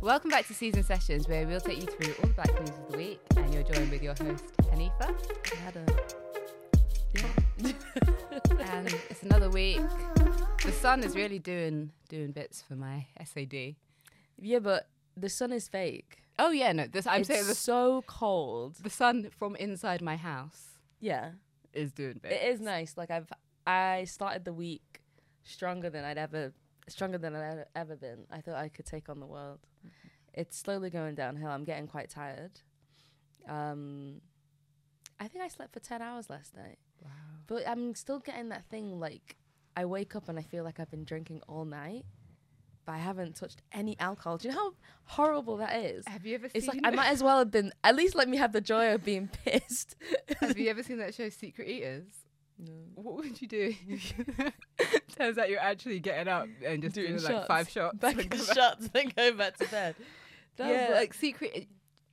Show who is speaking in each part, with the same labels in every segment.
Speaker 1: Welcome back to Season Sessions, where we'll take you through all the black news of the week, and you're joined with your host Hanifa.
Speaker 2: I had a
Speaker 1: And it's another week. The sun is really doing doing bits for my SAD.
Speaker 2: yeah, but the sun is fake.
Speaker 1: Oh yeah, no, this I'm
Speaker 2: it's
Speaker 1: saying the,
Speaker 2: so cold.
Speaker 1: the sun from inside my house
Speaker 2: Yeah,
Speaker 1: is doing bits.
Speaker 2: it is nice. Like I've I started the week stronger than I'd ever stronger than I'd ever- ever been. I thought I could take on the world.
Speaker 1: Mm-hmm.
Speaker 2: It's slowly going downhill. I'm getting quite tired. Um, I think I slept for ten hours last night,
Speaker 1: Wow.
Speaker 2: but I'm still getting that thing like I wake up and I feel like I've been drinking all night, but I haven't touched any alcohol. Do you know how horrible that is?
Speaker 1: Have you ever
Speaker 2: It's like
Speaker 1: seen
Speaker 2: I might as well have been. At least let me have the joy of being pissed.
Speaker 1: Have you ever seen that show Secret Eaters? What would you do? if Turns out you're actually getting up and just doing,
Speaker 2: Doing
Speaker 1: like
Speaker 2: shots.
Speaker 1: five shots.
Speaker 2: Back
Speaker 1: and
Speaker 2: in the
Speaker 1: come back.
Speaker 2: shots, then go back to bed. No,
Speaker 1: yeah,
Speaker 2: but-
Speaker 1: like secret. eh,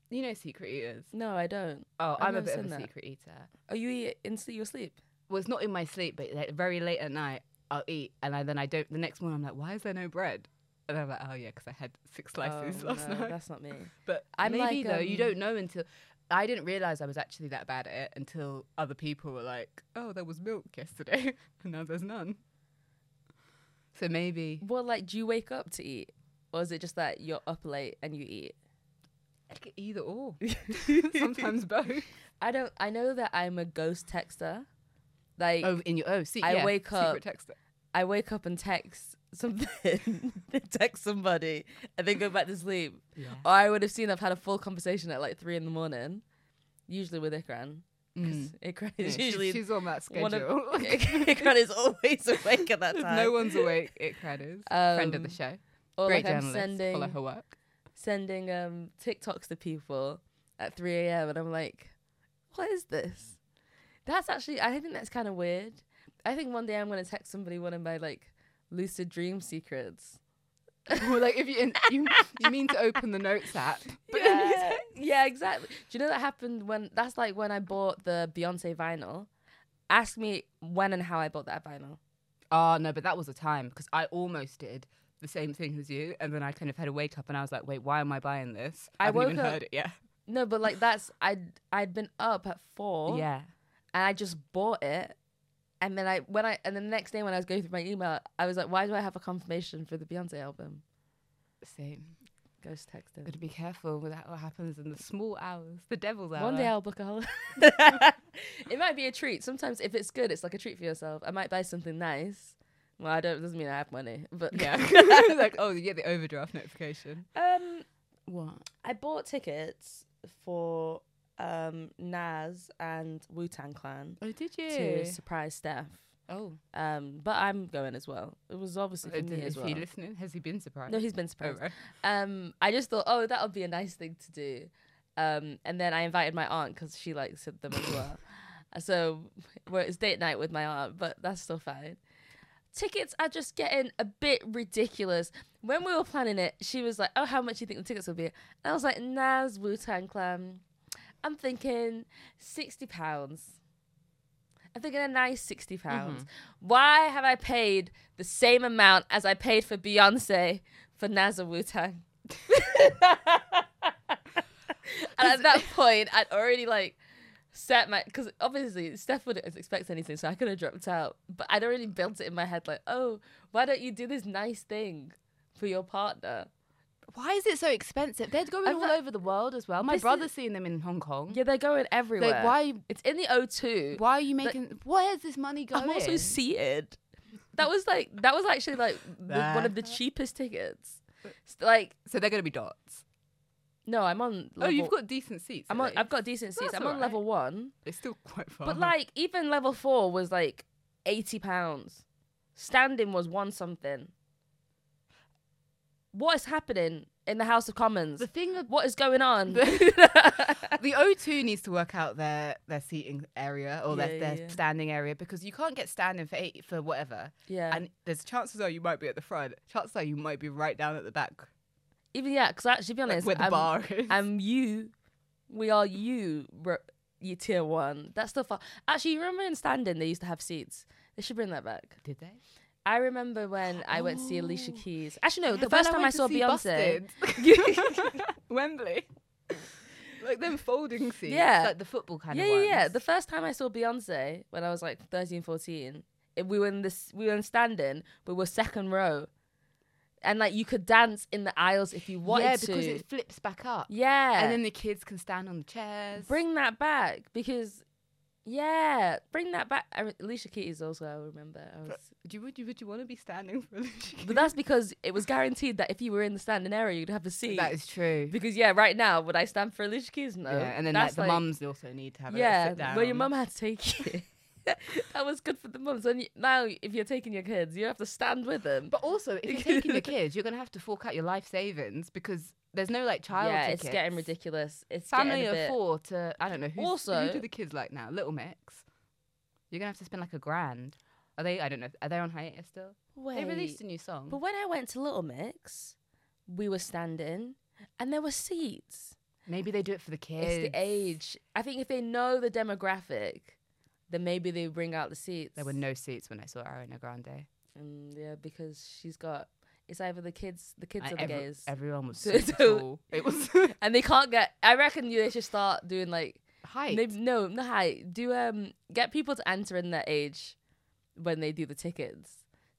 Speaker 1: You know Secret Eaters.
Speaker 2: no, I don't.
Speaker 1: Oh,
Speaker 2: I've
Speaker 1: i am a
Speaker 2: never
Speaker 1: bit of a
Speaker 2: seen that.
Speaker 1: secret eater.
Speaker 2: Oh, you eat in sleep, your sleep.
Speaker 1: Well, it's not in my sleep, but like very late at night, I'll eat, and I, then I don't. The next morning, I'm like, why is there no bread? And I'm like, oh yeah, because I had six slices
Speaker 2: Oh,
Speaker 1: last
Speaker 2: no,
Speaker 1: night.
Speaker 2: That's not me.
Speaker 1: But
Speaker 2: I'm
Speaker 1: maybe
Speaker 2: like,
Speaker 1: though, you
Speaker 2: um,
Speaker 1: don't know until. I didn't realize I was actually that bad at it until other people were like, "Oh, there was milk yesterday, and now there's none." So maybe
Speaker 2: Well, like, do you wake up to eat, or is it just that you're up late and you eat?
Speaker 1: Like, either or, sometimes both.
Speaker 2: I don't. I know that I'm a ghost texter. Like,
Speaker 1: Oh, in your oh, see,
Speaker 2: I
Speaker 1: yeah,
Speaker 2: wake
Speaker 1: secret texter.
Speaker 2: I wake up and text something, text somebody, and then go back to sleep.
Speaker 1: Yeah.
Speaker 2: Or I would have seen I've had a full conversation at like three in the morning, usually with Ikran.
Speaker 1: Mm.
Speaker 2: Because Ikran
Speaker 1: Yeah,
Speaker 2: is
Speaker 1: she's-
Speaker 2: usually
Speaker 1: she's on that
Speaker 2: one of-
Speaker 1: schedule.
Speaker 2: Ikran is always awake at that
Speaker 1: If
Speaker 2: time.
Speaker 1: no one's awake, it credits. Friend of the
Speaker 2: Um,
Speaker 1: show.
Speaker 2: Or
Speaker 1: Great
Speaker 2: like I'm
Speaker 1: journalist. Follow
Speaker 2: sending
Speaker 1: her work.
Speaker 2: sending um TikToks to people at three AM and I'm like, What is this? That's actually I think that's kinda weird. I think one day I'm gonna text somebody one of my like lucid dream secrets.
Speaker 1: well, like if you, and you you mean to open the notes app, but then you
Speaker 2: yeah, yeah, exactly. Do you know that happened when that's like when I bought the Beyonce vinyl? Ask me when and how I bought that vinyl.
Speaker 1: Oh no, but that was a time because I almost did the same thing as you, and then I kind of had a wake up and I was like, wait, why am I buying this?
Speaker 2: I
Speaker 1: haven't even
Speaker 2: woke up-
Speaker 1: heard it yet.
Speaker 2: No, but like that's I'd I'd been up at four.
Speaker 1: Yeah.
Speaker 2: And I just bought it. And then I when I and then the next day when I was going through my email, I was like, Why do I have a confirmation for the Beyonce album?
Speaker 1: Same.
Speaker 2: Ghost texting.
Speaker 1: Gotta be careful with that. What happens in the small hours, the devil's hour.
Speaker 2: One day I'll book a holiday. it might be a treat. Sometimes if it's good, it's like a treat for yourself. I might buy something nice. Well, I don't doesn't mean I have money, but
Speaker 1: Yeah. like oh, you get the overdraft notification.
Speaker 2: um
Speaker 1: What?
Speaker 2: I bought tickets for um Nas and Wu Tang Clan
Speaker 1: Oh, did you?
Speaker 2: to surprise Steph.
Speaker 1: Oh,
Speaker 2: Um, but I'm going as well. It was obviously for
Speaker 1: is
Speaker 2: me as well.
Speaker 1: Uh, he listening? Has he been surprised?
Speaker 2: No, he's been
Speaker 1: Oh,
Speaker 2: surprised.
Speaker 1: right.
Speaker 2: Um, I just thought, oh, that would be a nice thing to do. Um, and then I invited my aunt because she likes it- them as well. so well, it's date night with my aunt, but that's still fine. Tickets are just getting a bit ridiculous. When we were planning it, she was like, "Oh, how much do you think the tickets will be?" And I was like, "Nas Wu Tang Clan." I'm thinking sixty pounds. I'm thinking a nice sixty pounds. Why have I paid the same amount as I paid for Beyonce for Nas and Wu Tang? and at that point, I'd already like set my because obviously Steph wouldn't expect anything, so I could have dropped out. But I'd already built it in my head like, oh, why don't you do this nice thing for your partner?
Speaker 1: Why is it so expensive? They're going
Speaker 2: I've
Speaker 1: all
Speaker 2: got-
Speaker 1: over the world as well. My
Speaker 2: This
Speaker 1: brother's seeing them in Hong Kong.
Speaker 2: Yeah, they're going everywhere.
Speaker 1: Like why?
Speaker 2: It's in the O2.
Speaker 1: Why are you making? where is this money going?
Speaker 2: I'm also seated. That was like that was actually like the, one of the
Speaker 1: That-
Speaker 2: cheapest tickets. S- Like
Speaker 1: so they're going to be dots.
Speaker 2: no, I'm on. Level,
Speaker 1: oh, you've got decent seats.
Speaker 2: I'm
Speaker 1: at
Speaker 2: on.
Speaker 1: least.
Speaker 2: I've got decent seats.
Speaker 1: That's
Speaker 2: I'm on
Speaker 1: alright.
Speaker 2: level one,
Speaker 1: It's still quite far.
Speaker 2: but like even level four was like eighty pounds. Standing was one something. What is happening in the House of Commons?
Speaker 1: the thing of
Speaker 2: What is going on?
Speaker 1: the O2 needs to work out their their seating area or their,
Speaker 2: Yeah,
Speaker 1: their
Speaker 2: yeah, yeah.
Speaker 1: standing area because you can't get standing for eight for whatever.
Speaker 2: yeah.
Speaker 1: And there's chances are you might be at the front. Chances are you might be right down at the back
Speaker 2: Even yeah, because actually, to be
Speaker 1: like,
Speaker 2: honest,
Speaker 1: where the
Speaker 2: I'm-
Speaker 1: bar is.
Speaker 2: I'm you. We are you, bro. You tier one. That's the far. Actually, you remember in standing they used to have seats. They should bring that back.
Speaker 1: Did they?
Speaker 2: I remember when I went to see Alicia
Speaker 1: Oh.
Speaker 2: Keys. Actually, no,
Speaker 1: Yeah,
Speaker 2: the
Speaker 1: when
Speaker 2: first time
Speaker 1: went
Speaker 2: I
Speaker 1: to
Speaker 2: saw
Speaker 1: see
Speaker 2: Beyonce.
Speaker 1: Busted. Wembley. Like them folding seats.
Speaker 2: Yeah.
Speaker 1: Like the football kind
Speaker 2: yeah,
Speaker 1: of
Speaker 2: yeah,
Speaker 1: ones.
Speaker 2: yeah. The first time I saw Beyonce when I was like 13, 14, it- we were in this, we were in standing, but we were second row, and like you could dance in the aisles if you wanted
Speaker 1: yeah,
Speaker 2: to.
Speaker 1: because it flips back up.
Speaker 2: yeah,
Speaker 1: And then the kids can stand on the chairs.
Speaker 2: bring that back because, yeah, bring that back. I re- Alicia Keys also. I remember. I was,
Speaker 1: Do you, would you would you want to be standing for Alicia Keys?
Speaker 2: but that's because it was guaranteed that if you were in the standing area, you'd have a seat.
Speaker 1: That is true.
Speaker 2: because yeah, right now would I stand for Alicia Keys? No.
Speaker 1: Yeah, and then
Speaker 2: that's
Speaker 1: like the mums also need to have a little
Speaker 2: yeah,
Speaker 1: sit down.
Speaker 2: well, your mum had to take you. that was good for the mums. And you, now, if you're taking your kids, you have to stand with them.
Speaker 1: But also, if you're taking your kids, you're gonna have to fork out your life savings because there's no like child.
Speaker 2: yeah,
Speaker 1: tickets.
Speaker 2: it's getting ridiculous. It's
Speaker 1: Family
Speaker 2: getting a
Speaker 1: of
Speaker 2: bit-
Speaker 1: four to I don't know who's, who
Speaker 2: Also-
Speaker 1: do the kids like now? Little Mix. You're gonna have to spend like a grand. Are they? I don't know. Are they on hiatus still?
Speaker 2: Wait,
Speaker 1: They released a new song.
Speaker 2: but when I went to Little Mix, we were standing, and there were seats.
Speaker 1: Maybe they do it for the kids.
Speaker 2: It's the age. I think if they know the demographic, then maybe they bring out the seats.
Speaker 1: There were no seats when I saw Ariana Grande.
Speaker 2: Mm, yeah, because she's got. It's either the kids, the kids
Speaker 1: Like,
Speaker 2: or the
Speaker 1: every-
Speaker 2: gays,
Speaker 1: Everyone was
Speaker 2: So-
Speaker 1: so
Speaker 2: so-
Speaker 1: tall. It was
Speaker 2: and they can't get. I reckon you they should start doing like
Speaker 1: height.
Speaker 2: Maybe, no, not height. Do um get people to enter in their age when they do the tickets.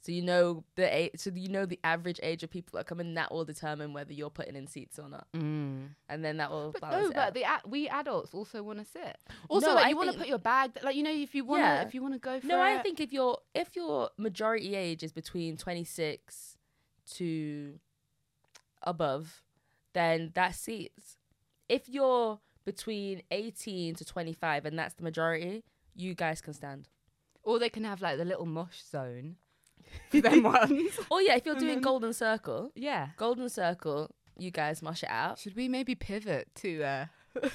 Speaker 2: So you know the age, so you know the average age of people that come in. That will determine whether you're putting in seats or not,
Speaker 1: Mm.
Speaker 2: and then that will
Speaker 1: But
Speaker 2: balance
Speaker 1: no,
Speaker 2: it
Speaker 1: but
Speaker 2: out.
Speaker 1: the a- we adults also want to sit. Also,
Speaker 2: No,
Speaker 1: like
Speaker 2: I
Speaker 1: you want to
Speaker 2: think-
Speaker 1: put your bag. Like you know, if you want to,
Speaker 2: Yeah.
Speaker 1: if you want to go for
Speaker 2: no, I
Speaker 1: it-
Speaker 2: think if your if your majority age is between 26 to above, then that's seats. If you're between 18 to 25 and that's the majority, you guys can stand.
Speaker 1: Or they can have like the little mosh zone for them ones.
Speaker 2: Oh yeah, if you're
Speaker 1: And
Speaker 2: doing
Speaker 1: then-
Speaker 2: golden circle,
Speaker 1: Yeah.
Speaker 2: Golden Circle, you guys mush it out.
Speaker 1: Should we maybe pivot to uh,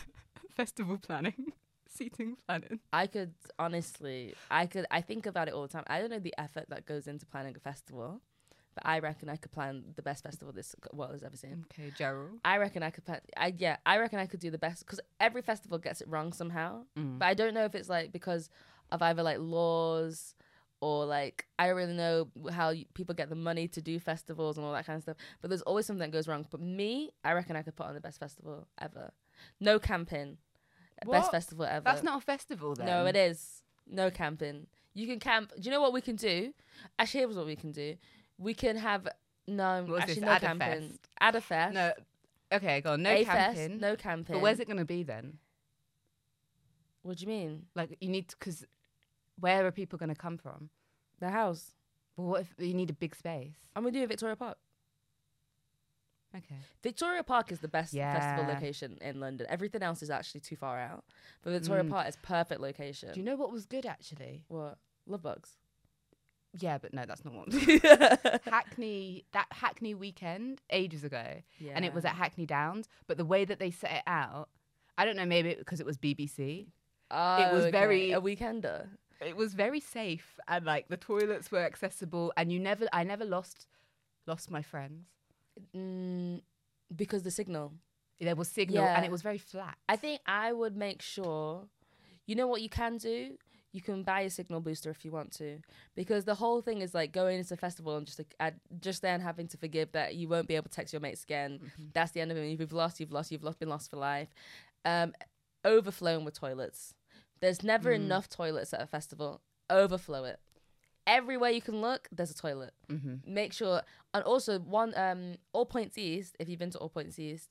Speaker 1: festival planning, seating planning?
Speaker 2: I could honestly, I could, I think about it all the time. I don't know the effort that goes into planning a festival, but I reckon I could plan the best festival this world has ever seen.
Speaker 1: Okay, Gerald.
Speaker 2: I reckon I could plan. I yeah, I reckon I could do the best because every festival gets it wrong somehow.
Speaker 1: Mm.
Speaker 2: But I don't know if it's like because of either like laws or like I don't really know how you, people get the money to do festivals and all that kind of stuff. But there's always something that goes wrong. But me, I reckon I could put on the best festival ever. No camping. Best
Speaker 1: What?
Speaker 2: festival ever.
Speaker 1: That's not a festival then.
Speaker 2: No, it is. No camping. You can camp. Do you know what we can do? Actually, here's what we can do. We can have no.
Speaker 1: What was
Speaker 2: actually,
Speaker 1: this?
Speaker 2: no
Speaker 1: Add a
Speaker 2: camping.
Speaker 1: fest.
Speaker 2: Add a fest.
Speaker 1: No. Okay, go on. No
Speaker 2: a
Speaker 1: camping.
Speaker 2: fest. No camping.
Speaker 1: But where's it going to be then?
Speaker 2: What do you mean?
Speaker 1: Like you need because where are people going to come from?
Speaker 2: The house.
Speaker 1: But what if you need a big space?
Speaker 2: I'm gonna do it Victoria Park.
Speaker 1: Okay.
Speaker 2: Victoria Park is the best festival
Speaker 1: Yeah.
Speaker 2: location in London. Everything else is actually too far out, but Victoria
Speaker 1: Mm.
Speaker 2: Park is perfect location.
Speaker 1: Do you know what was good actually?
Speaker 2: what? Love bugs.
Speaker 1: Yeah, but no, that's not what.
Speaker 2: yeah.
Speaker 1: Hackney, that Hackney weekend ages ago. and it was at Hackney Downs. But the way that they set it out, I don't know, maybe because it was BBC,
Speaker 2: Oh,
Speaker 1: was
Speaker 2: okay.
Speaker 1: very-
Speaker 2: a weekender.
Speaker 1: it was very safe and like the toilets were accessible, and you never, I never lost, lost my friends.
Speaker 2: Mm, because the signal.
Speaker 1: There was signal and
Speaker 2: Yeah.
Speaker 1: it was very flat.
Speaker 2: I think I would make sure. You know what you can do? You can buy a signal booster if you want to, because the whole thing is like going into a festival and just like, at, just then having to forgive that you won't be able to text your mates again.
Speaker 1: Mm-hmm.
Speaker 2: That's the end of it. If you've lost, you've lost. You've lost. Been lost for life. Um, overflowing with toilets. There's never enough toilets at a festival. Overflow it. Everywhere you can look, there's a toilet
Speaker 1: Mm-hmm.
Speaker 2: make sure and also one um all points east if you've been to all points east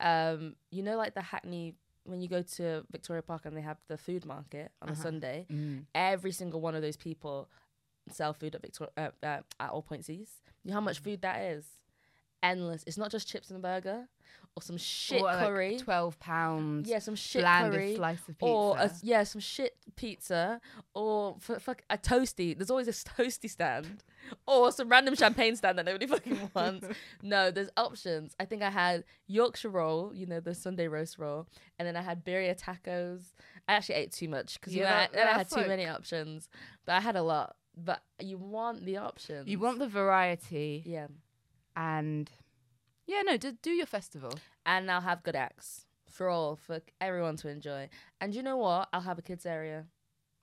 Speaker 2: um you know like the hackney when you go to victoria park and they have the food market on a
Speaker 1: Uh-huh.
Speaker 2: sunday
Speaker 1: Mm.
Speaker 2: every single one of those people sell food at victoria uh, uh, at all points east you know how
Speaker 1: Mm.
Speaker 2: much food that is endless it's not just chips and a burger or some shit
Speaker 1: Or, like,
Speaker 2: curry
Speaker 1: twelve pounds,
Speaker 2: yeah some shit
Speaker 1: blandest
Speaker 2: curry
Speaker 1: slice of pizza.
Speaker 2: or a, yeah, some shit pizza, or f- fuck a toasty. There's always a toasty stand, or some random champagne stand that nobody fucking wants. no, there's options. I think I had Yorkshire roll, you know, the Sunday roast roll, and then I had birria tacos. I actually ate too much because
Speaker 1: Yeah, that-
Speaker 2: I, had
Speaker 1: that's
Speaker 2: too
Speaker 1: like-
Speaker 2: many options, but I had a lot. But you want the options.
Speaker 1: you want the variety
Speaker 2: yeah,
Speaker 1: and yeah, no, do, do your festival.
Speaker 2: and I'll have good acts for all for everyone to enjoy. And you know what? I'll have a kids area.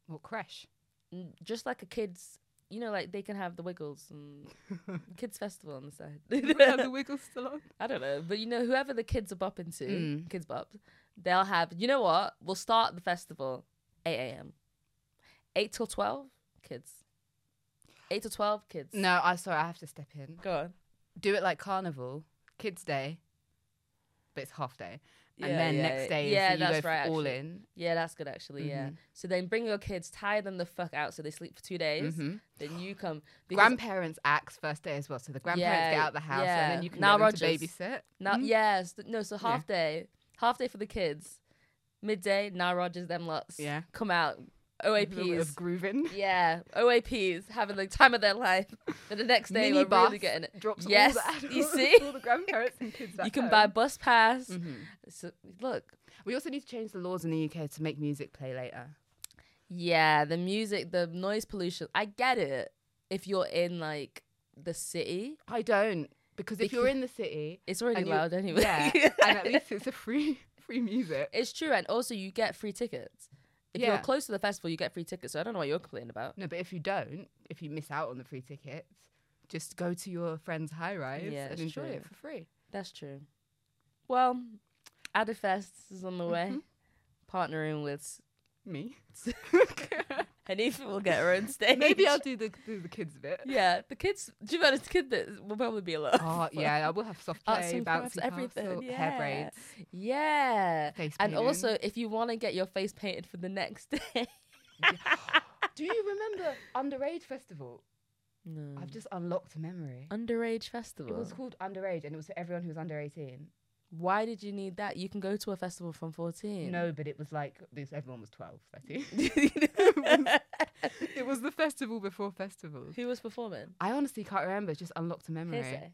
Speaker 1: Well, crash.
Speaker 2: n- just like a kids you know, like they can have the Wiggles and Kids Festival on the side.
Speaker 1: we have the Wiggles still on.
Speaker 2: I don't know, but you know, whoever the kids are bopping to,
Speaker 1: Mm.
Speaker 2: kids bop, they'll have. You know what? We'll start the festival eight a.m. Eight till twelve, kids. Eight to twelve, kids.
Speaker 1: No, I sorry, I have to step in.
Speaker 2: go on.
Speaker 1: Do it like carnival, kids' day, but it's half day,
Speaker 2: Yeah,
Speaker 1: and then
Speaker 2: yeah,
Speaker 1: next day is
Speaker 2: yeah,
Speaker 1: you
Speaker 2: that's
Speaker 1: go for
Speaker 2: right,
Speaker 1: all Mm-hmm.
Speaker 2: actually.
Speaker 1: in.
Speaker 2: Yeah, that's good actually. Yeah. So then bring your kids, tie them the fuck out so they sleep for two days.
Speaker 1: Mhm.
Speaker 2: Then you come. because
Speaker 1: Grandparents acts first day as well, so the grandparents
Speaker 2: Yeah,
Speaker 1: get out of the house,
Speaker 2: yeah.
Speaker 1: and then you can
Speaker 2: Now
Speaker 1: now get them
Speaker 2: Rogers.
Speaker 1: to babysit.
Speaker 2: Now,
Speaker 1: Mhm.
Speaker 2: yes, th- no. So
Speaker 1: Yeah.
Speaker 2: half day, half day for the kids, midday. Now Rogers, them lots.
Speaker 1: Yeah.
Speaker 2: come out.
Speaker 1: A little bit
Speaker 2: OAPs.
Speaker 1: of grooving.
Speaker 2: yeah, OAPs having the time of their life. Then the next day, we're really getting it.
Speaker 1: drops
Speaker 2: Yes,
Speaker 1: all the
Speaker 2: you
Speaker 1: all-
Speaker 2: see?
Speaker 1: all the grandparents and kids.
Speaker 2: You
Speaker 1: at
Speaker 2: can
Speaker 1: home.
Speaker 2: buy bus pass.
Speaker 1: Mhm.
Speaker 2: So, look,
Speaker 1: We also need to change the laws in the UK to make music play later.
Speaker 2: yeah, the music, the noise pollution. I get it if you're in like the city.
Speaker 1: I don't because if
Speaker 2: Becau-
Speaker 1: you're in the city,
Speaker 2: It's already
Speaker 1: And you-
Speaker 2: loud anyway.
Speaker 1: yeah, and at least it's a free free music.
Speaker 2: It's true, and also you get free tickets. If you're
Speaker 1: Yeah.
Speaker 2: close to the festival, you get free tickets. So I don't know what you're complaining about.
Speaker 1: No, but if you don't, if you miss out on the free tickets, just go to your friend's high rise
Speaker 2: Yeah,
Speaker 1: and
Speaker 2: it's
Speaker 1: enjoy
Speaker 2: true.
Speaker 1: it for free.
Speaker 2: That's true. Well, Adifest is on the way,
Speaker 1: Mhm.
Speaker 2: partnering with.
Speaker 1: Me,
Speaker 2: Hanifa will get her own stage.
Speaker 1: maybe I'll do the do the kids bit.
Speaker 2: Yeah, the kids. Do you know the kid that will probably be a lot. of
Speaker 1: Oh
Speaker 2: fun.
Speaker 1: yeah, I will have soft
Speaker 2: Arts
Speaker 1: play,
Speaker 2: and crafts,
Speaker 1: bouncy
Speaker 2: everything,
Speaker 1: castle,
Speaker 2: yeah.
Speaker 1: hair braids,
Speaker 2: yeah.
Speaker 1: face
Speaker 2: And
Speaker 1: painting.
Speaker 2: also, if you want to get your face painted for the next day.
Speaker 1: Do you remember Underage Festival?
Speaker 2: no.
Speaker 1: I've just unlocked a memory.
Speaker 2: Underage festival.
Speaker 1: It was called Underage and it was for everyone who was under 18.
Speaker 2: Why did you need that? You can go to a festival from 14.
Speaker 1: No, but it was like, this, everyone was 12, I think.
Speaker 2: Who
Speaker 1: it was the festival before festivals.
Speaker 2: was performing?
Speaker 1: I honestly can't remember, it's just unlocked a memory.
Speaker 2: Hearsay.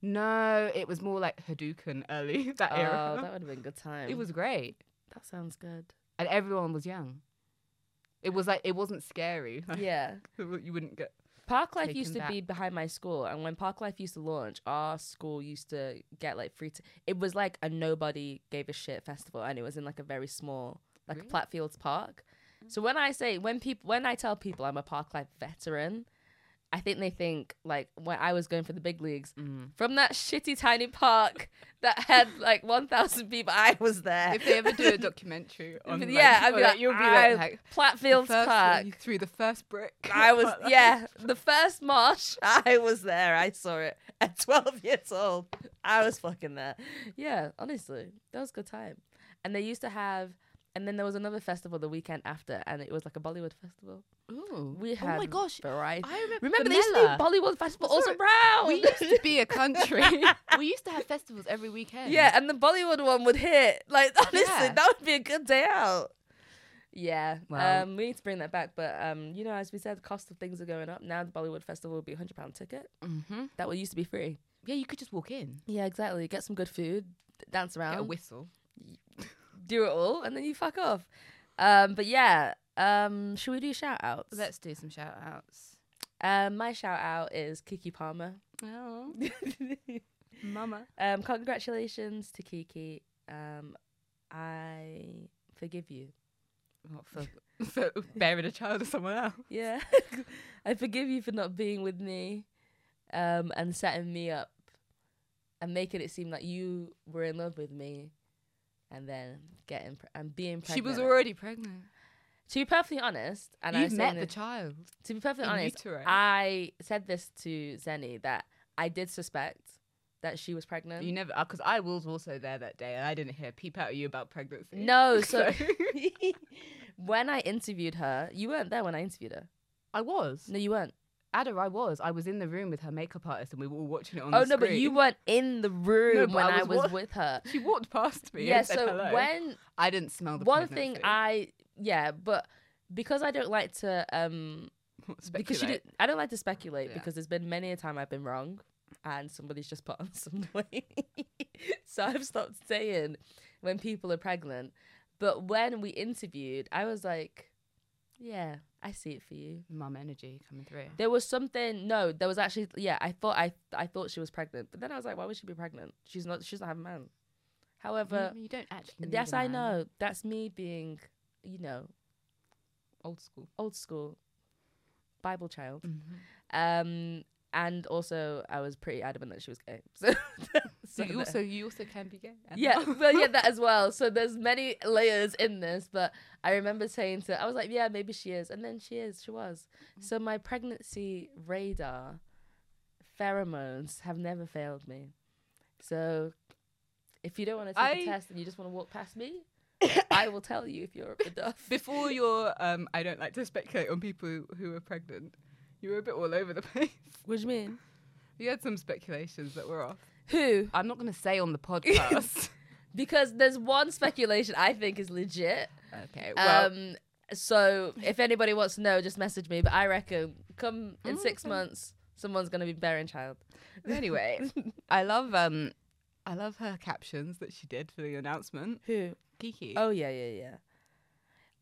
Speaker 1: No, it was more like Hadouken early, that
Speaker 2: Oh,
Speaker 1: era.
Speaker 2: that would have been a good time.
Speaker 1: It was great.
Speaker 2: That sounds good.
Speaker 1: And everyone was young. It was like, it wasn't scary. Like,
Speaker 2: Yeah.
Speaker 1: You wouldn't get.
Speaker 2: Park Life
Speaker 1: Taken
Speaker 2: used to
Speaker 1: back.
Speaker 2: be behind my school, and when Park Life used to launch, our school used to get like free. T- it was like a nobody gave a shit festival, and it was in like a very small, like
Speaker 1: Really? Hmm.
Speaker 2: a Platfields Park. So when I say when people when I tell people I'm a Park Life veteran, I think they think like when I was going for the big leagues
Speaker 1: Mm.
Speaker 2: from that shitty tiny park that had like 1,000 people. I was there.
Speaker 1: If they ever do a documentary on
Speaker 2: But
Speaker 1: like,
Speaker 2: yeah, I'd
Speaker 1: or
Speaker 2: be
Speaker 1: that,
Speaker 2: like,
Speaker 1: you'll be
Speaker 2: I-
Speaker 1: like, like the
Speaker 2: Platfields
Speaker 1: first-
Speaker 2: Park.
Speaker 1: you threw the first brick.
Speaker 2: I was
Speaker 1: Like that.
Speaker 2: yeah, the first march I was there. I saw it at 12 years old. I was fucking there. Yeah, honestly, that was a good time. And they used to have and then there was another festival the weekend after and it was like a Bollywood festival.
Speaker 1: Ooh.
Speaker 2: We
Speaker 1: oh
Speaker 2: had
Speaker 1: my gosh.
Speaker 2: variety.
Speaker 1: I remember,
Speaker 2: Remember
Speaker 1: the
Speaker 2: they used to
Speaker 1: Mela.
Speaker 2: do Bollywood festival all
Speaker 1: That's
Speaker 2: around.
Speaker 1: We used to be a country. we used to have festivals every weekend.
Speaker 2: yeah, and the Bollywood one would hit. Like honestly,
Speaker 1: Yeah.
Speaker 2: that would be a good day out. Yeah,
Speaker 1: Wow.
Speaker 2: um, we need to bring that back. But um, you know, as we said, the cost of things are going up. Now the Bollywood festival will be a hundred pound ticket.
Speaker 1: Mm-hmm.
Speaker 2: That would used to be free.
Speaker 1: Yeah, you could just walk in,
Speaker 2: Yeah, exactly. Get some good food, d- dance
Speaker 1: get a
Speaker 2: around,
Speaker 1: whistle.
Speaker 2: do it all, and then you fuck off. Um, but yeah, um, should we do shout outs?
Speaker 1: Let's do some shout outs.
Speaker 2: Um, my shout out is Kiki Palmer.
Speaker 1: Oh,
Speaker 2: um,
Speaker 1: mama.
Speaker 2: congratulations to Kiki. Um, I forgive you.
Speaker 1: Not for, for bearing a child of someone else.
Speaker 2: Yeah, I forgive you for not being with me, um, and setting me up, and making it seem like you were in love with me, and then getting pre- and being pregnant.
Speaker 1: She was already pregnant.
Speaker 2: To be perfectly honest, and I
Speaker 1: You've
Speaker 2: was
Speaker 1: met
Speaker 2: saying
Speaker 1: the
Speaker 2: this-
Speaker 1: child
Speaker 2: to be perfectly
Speaker 1: in
Speaker 2: honest,
Speaker 1: utero.
Speaker 2: I said this to Zenny that I did suspect that she was pregnant.
Speaker 1: you never, because I was also there that day, and I didn't hear a peep out of you about pregnancy.
Speaker 2: no, so when I interviewed her, you weren't there when I interviewed her.
Speaker 1: I was.
Speaker 2: No, you weren't.
Speaker 1: Ada, I was. I was in the room with her makeup artist, and we were all watching it on
Speaker 2: oh
Speaker 1: the
Speaker 2: no,
Speaker 1: screen.
Speaker 2: but you weren't in the room
Speaker 1: but
Speaker 2: when
Speaker 1: I
Speaker 2: I
Speaker 1: was
Speaker 2: was
Speaker 1: wa-
Speaker 2: with her.
Speaker 1: She walked past me.
Speaker 2: yeah.
Speaker 1: and said
Speaker 2: So
Speaker 1: hello.
Speaker 2: when
Speaker 1: I didn't smell the
Speaker 2: one thing
Speaker 1: pregnancy.
Speaker 2: I yeah, but because I don't like to um because she
Speaker 1: Speculate.
Speaker 2: did, I don't like to speculate
Speaker 1: Yeah.
Speaker 2: because there's been many a time I've been wrong and somebody's just put on some weight. so I've stopped saying when people are pregnant. But when we interviewed, I was like, yeah, I see it for you.
Speaker 1: mum energy coming through.
Speaker 2: There was something no, there was actually yeah, I thought I I thought she was pregnant. But then I was like, why would she be pregnant? She's not she's not having a man. However,
Speaker 1: you don't actually. need
Speaker 2: yes,
Speaker 1: a
Speaker 2: I
Speaker 1: man.
Speaker 2: know. That's me being, you know,
Speaker 1: Old school.
Speaker 2: old school. Bible child. Um, and also, I was pretty adamant that she was gay. So,
Speaker 1: So you
Speaker 2: no.
Speaker 1: also you also can be gay. and-
Speaker 2: yeah, well, yeah, that as well. So there's many layers in this, but I remember saying to, I was like, yeah, maybe she is, and then she is, she was. So my pregnancy radar pheromones have never failed me. So if you don't want to take a
Speaker 1: I-
Speaker 2: test and you just want to walk past me, I will tell you if you're a duff.
Speaker 1: Before your um, I don't like to speculate on people who are pregnant. You were a bit all over the place.
Speaker 2: What do you mean?
Speaker 1: You had some speculations that were off.
Speaker 2: Who?
Speaker 1: I'm not going to say on the podcast.
Speaker 2: Because there's one speculation I think is legit.
Speaker 1: okay.
Speaker 2: um, so if anybody wants to know, just message me. But I reckon come in six
Speaker 1: Okay.
Speaker 2: months, someone's gonna be bearing child.
Speaker 1: anyway, I love um, I love her captions that she did for the announcement.
Speaker 2: Who?
Speaker 1: Kiki.
Speaker 2: Oh yeah, yeah, yeah.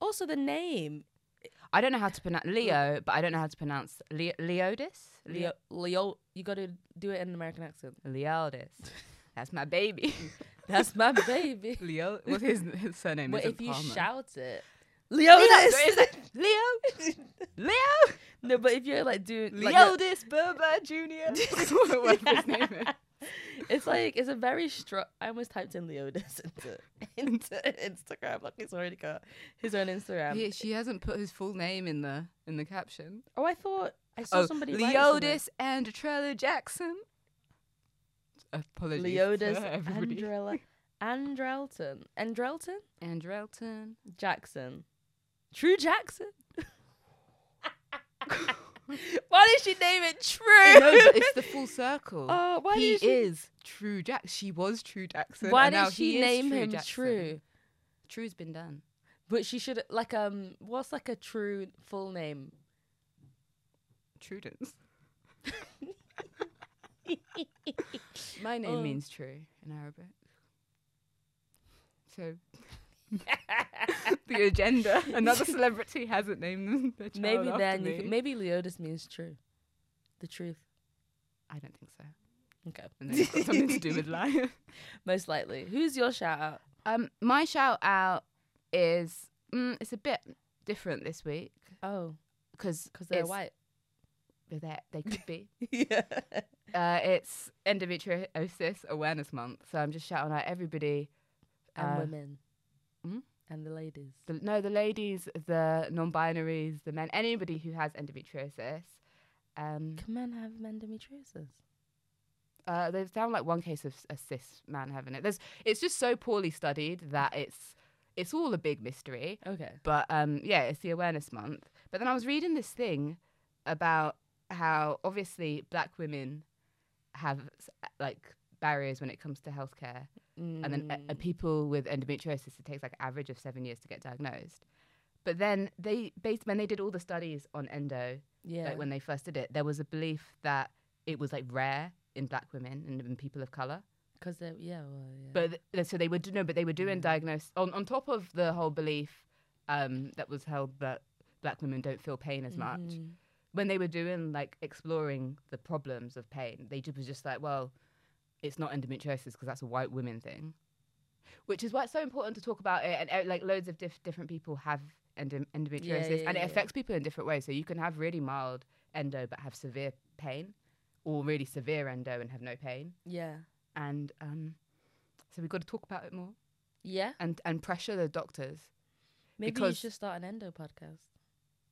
Speaker 2: Also the name
Speaker 1: I don't know how to pronounce Leo, but I don't know how to pronounce Le- Leodis.
Speaker 2: Leo. Leo, you got to do it in an American accent.
Speaker 1: Leodis. That's my baby.
Speaker 2: That's my baby.
Speaker 1: Leo. What's his, his surname?
Speaker 2: but
Speaker 1: isn't
Speaker 2: if you
Speaker 1: Palmer.
Speaker 2: shout it,
Speaker 1: Leo,
Speaker 2: Leodis!
Speaker 1: is it Leo, Leo,
Speaker 2: no. But if you're like doing like, you're-
Speaker 1: Leodis Berber Junior. Whatever his name is.
Speaker 2: it's like it's a very strong. I almost typed in Leodis into into Instagram. Like he's already got his own Instagram.
Speaker 1: He- she hasn't put his full name in the in the caption.
Speaker 2: Oh, I thought I saw
Speaker 1: oh,
Speaker 2: somebody. write something.
Speaker 1: Leodis and Trella Jackson. Apologies.
Speaker 2: Leodas,
Speaker 1: for everybody.
Speaker 2: Andrella, Andrelton, Andrelton,
Speaker 1: Andrelton.
Speaker 2: Jackson, True Jackson. why did she name it True?
Speaker 1: no, but it's the full circle.
Speaker 2: oh, why
Speaker 1: he
Speaker 2: did she?
Speaker 1: is True Jack. She was True Jackson.
Speaker 2: why
Speaker 1: and now
Speaker 2: did she
Speaker 1: he is
Speaker 2: name
Speaker 1: True
Speaker 2: him
Speaker 1: Jackson.
Speaker 2: True?
Speaker 1: True's been done.
Speaker 2: But she should like um, what's like a true full name?
Speaker 1: Trudence. My name
Speaker 2: Oh.
Speaker 1: means true in Arabic. So the agenda. Another celebrity hasn't named them. Their child
Speaker 2: maybe
Speaker 1: after
Speaker 2: then you
Speaker 1: me.
Speaker 2: could, maybe Leodis means true, the truth.
Speaker 1: I don't think so.
Speaker 2: Okay,
Speaker 1: And then it's got something to do with lion.
Speaker 2: most likely. Who's your shout out?
Speaker 1: Um, my shout out is mm, it's a bit different this week
Speaker 2: Oh,
Speaker 1: because
Speaker 2: because they're white.
Speaker 1: They're, they could be.
Speaker 2: yeah.
Speaker 1: Uh, it's Endometriosis Awareness Month, so I'm just shouting out everybody.
Speaker 2: and
Speaker 1: uh,
Speaker 2: women
Speaker 1: Hmm?
Speaker 2: and the ladies.
Speaker 1: The, no, the ladies, the non-binaries, the men, anybody who has endometriosis. Um,
Speaker 2: Can men have endometriosis?
Speaker 1: uh, there's down like one case of s- a cis man having it. There's, it's just so poorly studied that it's, it's all a big mystery.
Speaker 2: Okay.
Speaker 1: But um, yeah, it's the awareness month. But then I was reading this thing about how obviously black women have s- like barriers when it comes to healthcare. and then
Speaker 2: Mm,
Speaker 1: uh, uh, people with endometriosis it takes like average of seven years to get diagnosed but then they based when they did all the studies on endo
Speaker 2: yeah.
Speaker 1: like when they first did it there was a belief that it was like rare in black women and in people of color
Speaker 2: Because they're, yeah, well, yeah.
Speaker 1: but th- th- so they were do- no but they were doing
Speaker 2: Yeah.
Speaker 1: diagnose on, on top of the whole belief um, that was held that black women don't feel pain as much
Speaker 2: Mhm.
Speaker 1: when they were doing like exploring the problems of pain, they just was just like, well, it's not endometriosis because that's a white women thing, which is why it's so important to talk about it. And uh, like loads of diff- different people have endo- endometriosis,
Speaker 2: yeah,
Speaker 1: and it
Speaker 2: yeah.
Speaker 1: affects people in different ways. So you can have really mild endo but have severe pain, or really severe endo and have no pain.
Speaker 2: Yeah.
Speaker 1: And um, so we've got to talk about it more
Speaker 2: Yeah.
Speaker 1: and and pressure the doctors.
Speaker 2: Maybe
Speaker 1: Because-
Speaker 2: you should start an endo podcast.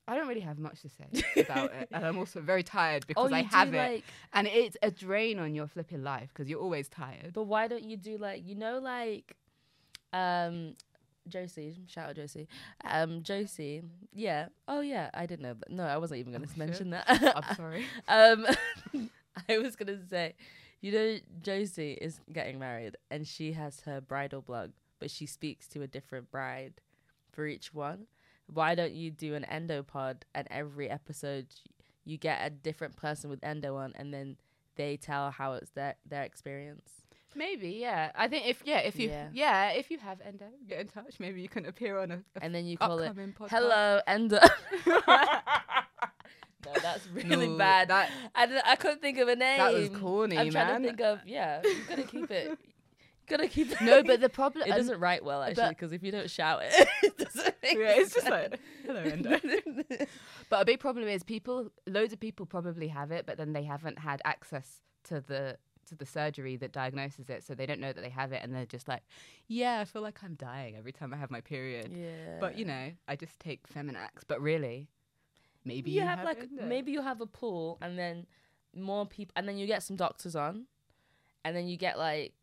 Speaker 1: I don't really have much to say about it, and I'm also very tired because I
Speaker 2: Oh, you
Speaker 1: have it.
Speaker 2: do like,
Speaker 1: And it's a drain on your flipping life because you're always tired.
Speaker 2: but why don't you do like, you know, like, um, Josie, shout out Josie. Um, Josie, yeah. Oh, yeah, I didn't know that. No, I wasn't even going
Speaker 1: Oh, shit.
Speaker 2: to mention
Speaker 1: I'm
Speaker 2: that.
Speaker 1: sorry.
Speaker 2: Um, I was gonna say, you know, Josie is getting married, and she has her bridal blog, but she speaks to a different bride for each one. Why don't you do an endo pod, and every episode you get a different person with endo on, and then they tell how it's their their experience.
Speaker 1: Maybe, yeah. I think if yeah, if you yeah,
Speaker 2: Yeah.
Speaker 1: if you have endo, get in touch. Maybe you can appear on a, a
Speaker 2: And then you call it
Speaker 1: upcoming podcast.
Speaker 2: "Hello Endo." no, that's really
Speaker 1: No,
Speaker 2: bad.
Speaker 1: that-
Speaker 2: I, d- I couldn't think of a name.
Speaker 1: That was corny,
Speaker 2: I'm trying
Speaker 1: man.
Speaker 2: to think of yeah. You gotta keep it. Gotta keep it.
Speaker 1: No, but the problem.
Speaker 2: it doesn't write well actually
Speaker 1: but-
Speaker 2: because if you don't shout it, it doesn't. Make
Speaker 1: yeah, it's just
Speaker 2: sense.
Speaker 1: like hello, Endo. But a big problem is people. Loads of people probably have it, but then they haven't had access to the to the surgery that diagnoses it, so they don't know that they have it, and they're just like, yeah, I feel like I'm dying every time I have my period.
Speaker 2: yeah.
Speaker 1: But you know, I just take Feminax. But really, maybe
Speaker 2: you, have, like
Speaker 1: Endo.
Speaker 2: maybe you have a pool and then more people and then you get some doctors on and then you get like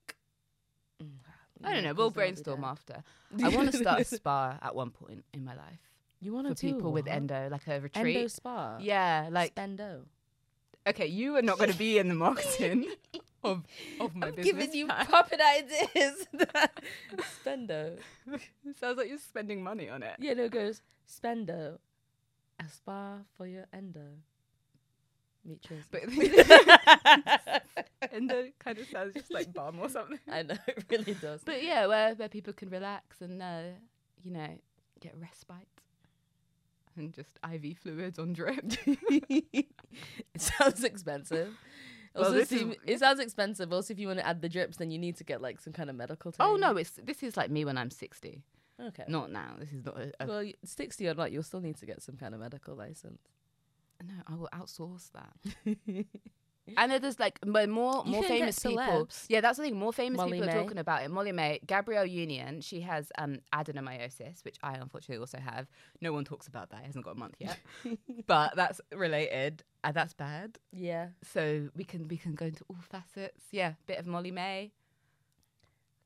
Speaker 2: Mm,
Speaker 1: I don't
Speaker 2: yeah,
Speaker 1: know. We'll
Speaker 2: please don't
Speaker 1: brainstorm
Speaker 2: do that.
Speaker 1: after. I want to start a spa at one point in my life
Speaker 2: you want
Speaker 1: for people with endo, like a retreat.
Speaker 2: endo spa
Speaker 1: Yeah, like
Speaker 2: spendo
Speaker 1: okay, you are not going to be in the marketing of of my
Speaker 2: I'm
Speaker 1: business.
Speaker 2: giving you
Speaker 1: plan.
Speaker 2: puppet ideas spendo
Speaker 1: Sounds like you're spending money on it.
Speaker 2: yeah no it goes spendo a spa for your endo meet Tracy.
Speaker 1: But endo kind of sounds just like bomb or something.
Speaker 2: I know it really does
Speaker 1: But yeah, where where people can relax and uh, you know get respite and just IV fluids on drip.
Speaker 2: it sounds expensive.
Speaker 1: Well,
Speaker 2: Also,
Speaker 1: this
Speaker 2: see-
Speaker 1: is-
Speaker 2: it sounds expensive. Also, if you want to add the drips, then you need to get like some kind of medical. Thing.
Speaker 1: oh no, it's this is like me when I'm 60.
Speaker 2: Okay.
Speaker 1: Not now. This is not a, a
Speaker 2: Well, y- sixty or not, you'll still need to get some kind of medical license.
Speaker 1: No, I will outsource that. and then there's like m- more
Speaker 2: You
Speaker 1: more
Speaker 2: can get
Speaker 1: famous people.
Speaker 2: celebs.
Speaker 1: Yeah, that's the thing. More famous
Speaker 2: Molly
Speaker 1: people
Speaker 2: May.
Speaker 1: are talking about it. Molly May, Gabrielle Union, she has um, adenomyosis, which I unfortunately also have. No one talks about that. It hasn't got a month yet, but that's related. and that's bad.
Speaker 2: Yeah.
Speaker 1: So we can we can go into all facets. Yeah, bit of Molly May.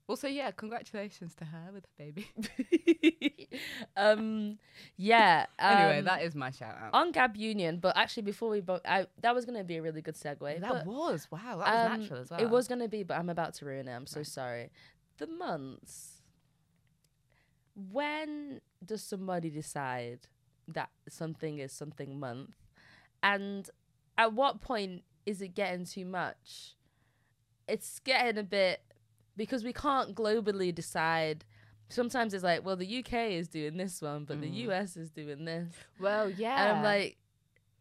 Speaker 1: Also, yeah, congratulations to her with her baby.
Speaker 2: um. Yeah.
Speaker 1: anyway,
Speaker 2: um,
Speaker 1: that is my shout out.
Speaker 2: on Gab Union, but actually before we, bo- I, that was gonna be a really good segue.
Speaker 1: that
Speaker 2: but-
Speaker 1: was wow. That
Speaker 2: Um,
Speaker 1: was natural as well.
Speaker 2: It was going to be, but I'm about to ruin it. I'm so sorry. The months. When does somebody decide that something is something month? And at what point is it getting too much? It's getting a bit because we can't globally decide. Sometimes it's like, well, the UK is doing this one, but the
Speaker 1: Mm.
Speaker 2: US is doing this.
Speaker 1: well, yeah.
Speaker 2: And I'm like,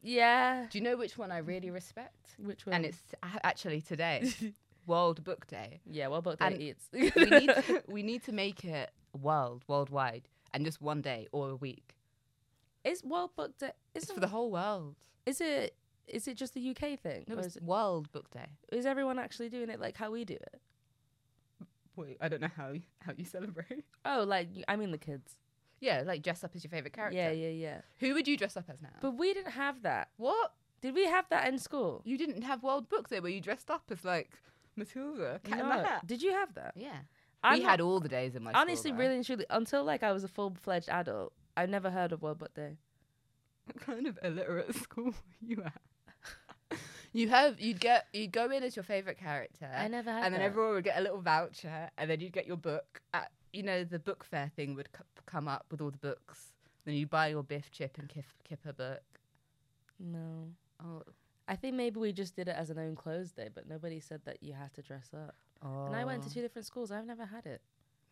Speaker 2: yeah.
Speaker 1: Do you know which one I really respect?
Speaker 2: Which one?
Speaker 1: And it's a- actually today, World Book Day.
Speaker 2: yeah, well, but that
Speaker 1: and
Speaker 2: eats.
Speaker 1: We need, to, we need to make it world, worldwide, and just one day or a week.
Speaker 2: Is World Book Day? Is
Speaker 1: It's
Speaker 2: it,
Speaker 1: for the whole world.
Speaker 2: is it is it just the UK thing?
Speaker 1: No,
Speaker 2: or
Speaker 1: it's
Speaker 2: is, it,
Speaker 1: World Book Day.
Speaker 2: is everyone actually doing it like how we do it?
Speaker 1: Wait, I don't know how how you celebrate.
Speaker 2: Oh, like you- I mean the kids.
Speaker 1: Yeah, like dress up as your favorite character.
Speaker 2: Yeah, yeah, yeah.
Speaker 1: Who would you dress up as now?
Speaker 2: But we didn't have that.
Speaker 1: what?
Speaker 2: Did we have that in school?
Speaker 1: You didn't have World Book Day where you dressed up as like Matilda, Cat in the
Speaker 2: No.
Speaker 1: Hat.
Speaker 2: Did you have that?
Speaker 1: Yeah.
Speaker 2: I'm
Speaker 1: we
Speaker 2: not-
Speaker 1: had all the days in my school,
Speaker 2: honestly,
Speaker 1: though.
Speaker 2: really and truly, until like I was a full fledged adult, I never heard of World Book Day.
Speaker 1: What kind of illiterate school were you at? you have you'd get you'd go in as your favorite character,
Speaker 2: I never had.
Speaker 1: and then
Speaker 2: that.
Speaker 1: everyone would get a little voucher, and then you'd get your book. At, you know the book fair thing would c- come up with all the books. Then you buy your Biff, Chip, and Kip, Kipper book.
Speaker 2: No.
Speaker 1: Oh,
Speaker 2: I think maybe we just did it as an own clothes day, but nobody said that you had to dress up.
Speaker 1: oh.
Speaker 2: And I went to two different schools. I've never had it.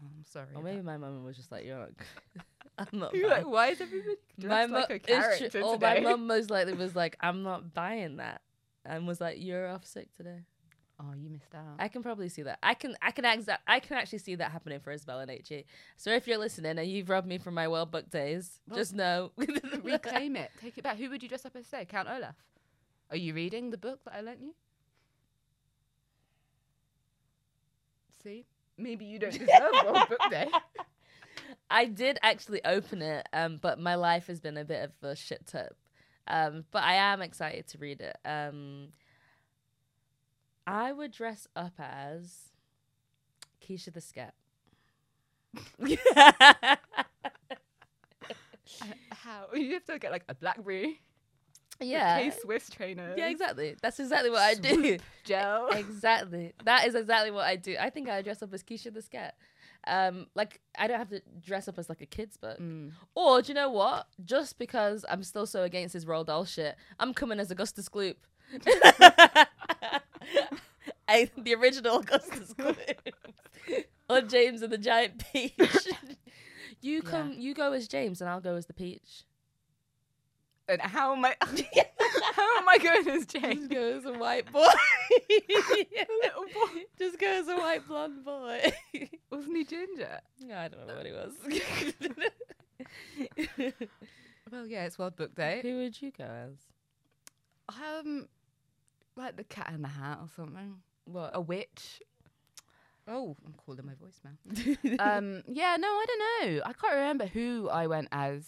Speaker 1: Oh, I'm sorry.
Speaker 2: Or
Speaker 1: about-
Speaker 2: maybe my mum was just like, "You're not. I'm not."
Speaker 1: You're
Speaker 2: buying
Speaker 1: like, why is everybody dressed
Speaker 2: mu-
Speaker 1: like a
Speaker 2: it's true-
Speaker 1: character
Speaker 2: or
Speaker 1: today?
Speaker 2: oh, my mum most likely was like, I'm not buying that. And was like, You're off sick today.
Speaker 1: oh, you missed out.
Speaker 2: I can probably see that. I can I can exa- I can actually see that happening for Isabel and HE. So if you're listening and you've robbed me from my world book days,
Speaker 1: Well,
Speaker 2: just know
Speaker 1: Reclaim it. Take it back. Who would you dress up as today? Count Olaf. Are you reading the book that I lent you? See? Maybe you don't deserve World Book Day.
Speaker 2: I did actually open it, um, but my life has been a bit of a shit tip. Um, but I am excited to read it. Um, I would dress up as Keisha the Scat.
Speaker 1: How? You have to get like a Blackberry,
Speaker 2: yeah.
Speaker 1: K Swiss trainer,
Speaker 2: Yeah, exactly. That's exactly what I do.
Speaker 1: gel.
Speaker 2: exactly. That is exactly what I do. I think I dress up as Keisha the Scat. Um, like I don't have to dress up as like a kid's book.
Speaker 1: mm.
Speaker 2: Or do you know what? Just because I'm still so against his Roald Dahl shit, I'm coming as Augustus Gloop. I, the original Augustus Gloop. or James and the Giant Peach. you
Speaker 1: Yeah.
Speaker 2: come you go as James and I'll go as the peach.
Speaker 1: and how am I how am I going as
Speaker 2: Just
Speaker 1: Jane?
Speaker 2: go as a white boy.
Speaker 1: Little boy.
Speaker 2: Just go as a white blonde boy.
Speaker 1: Wasn't he ginger?
Speaker 2: no, I don't know what he was.
Speaker 1: Well, yeah, it's World Book Day.
Speaker 2: Who would you go as?
Speaker 1: Um, like the Cat in the Hat or something.
Speaker 2: What?
Speaker 1: A witch. Oh, I'm calling my voice now. um, yeah, no, I don't know. I can't remember who I went as.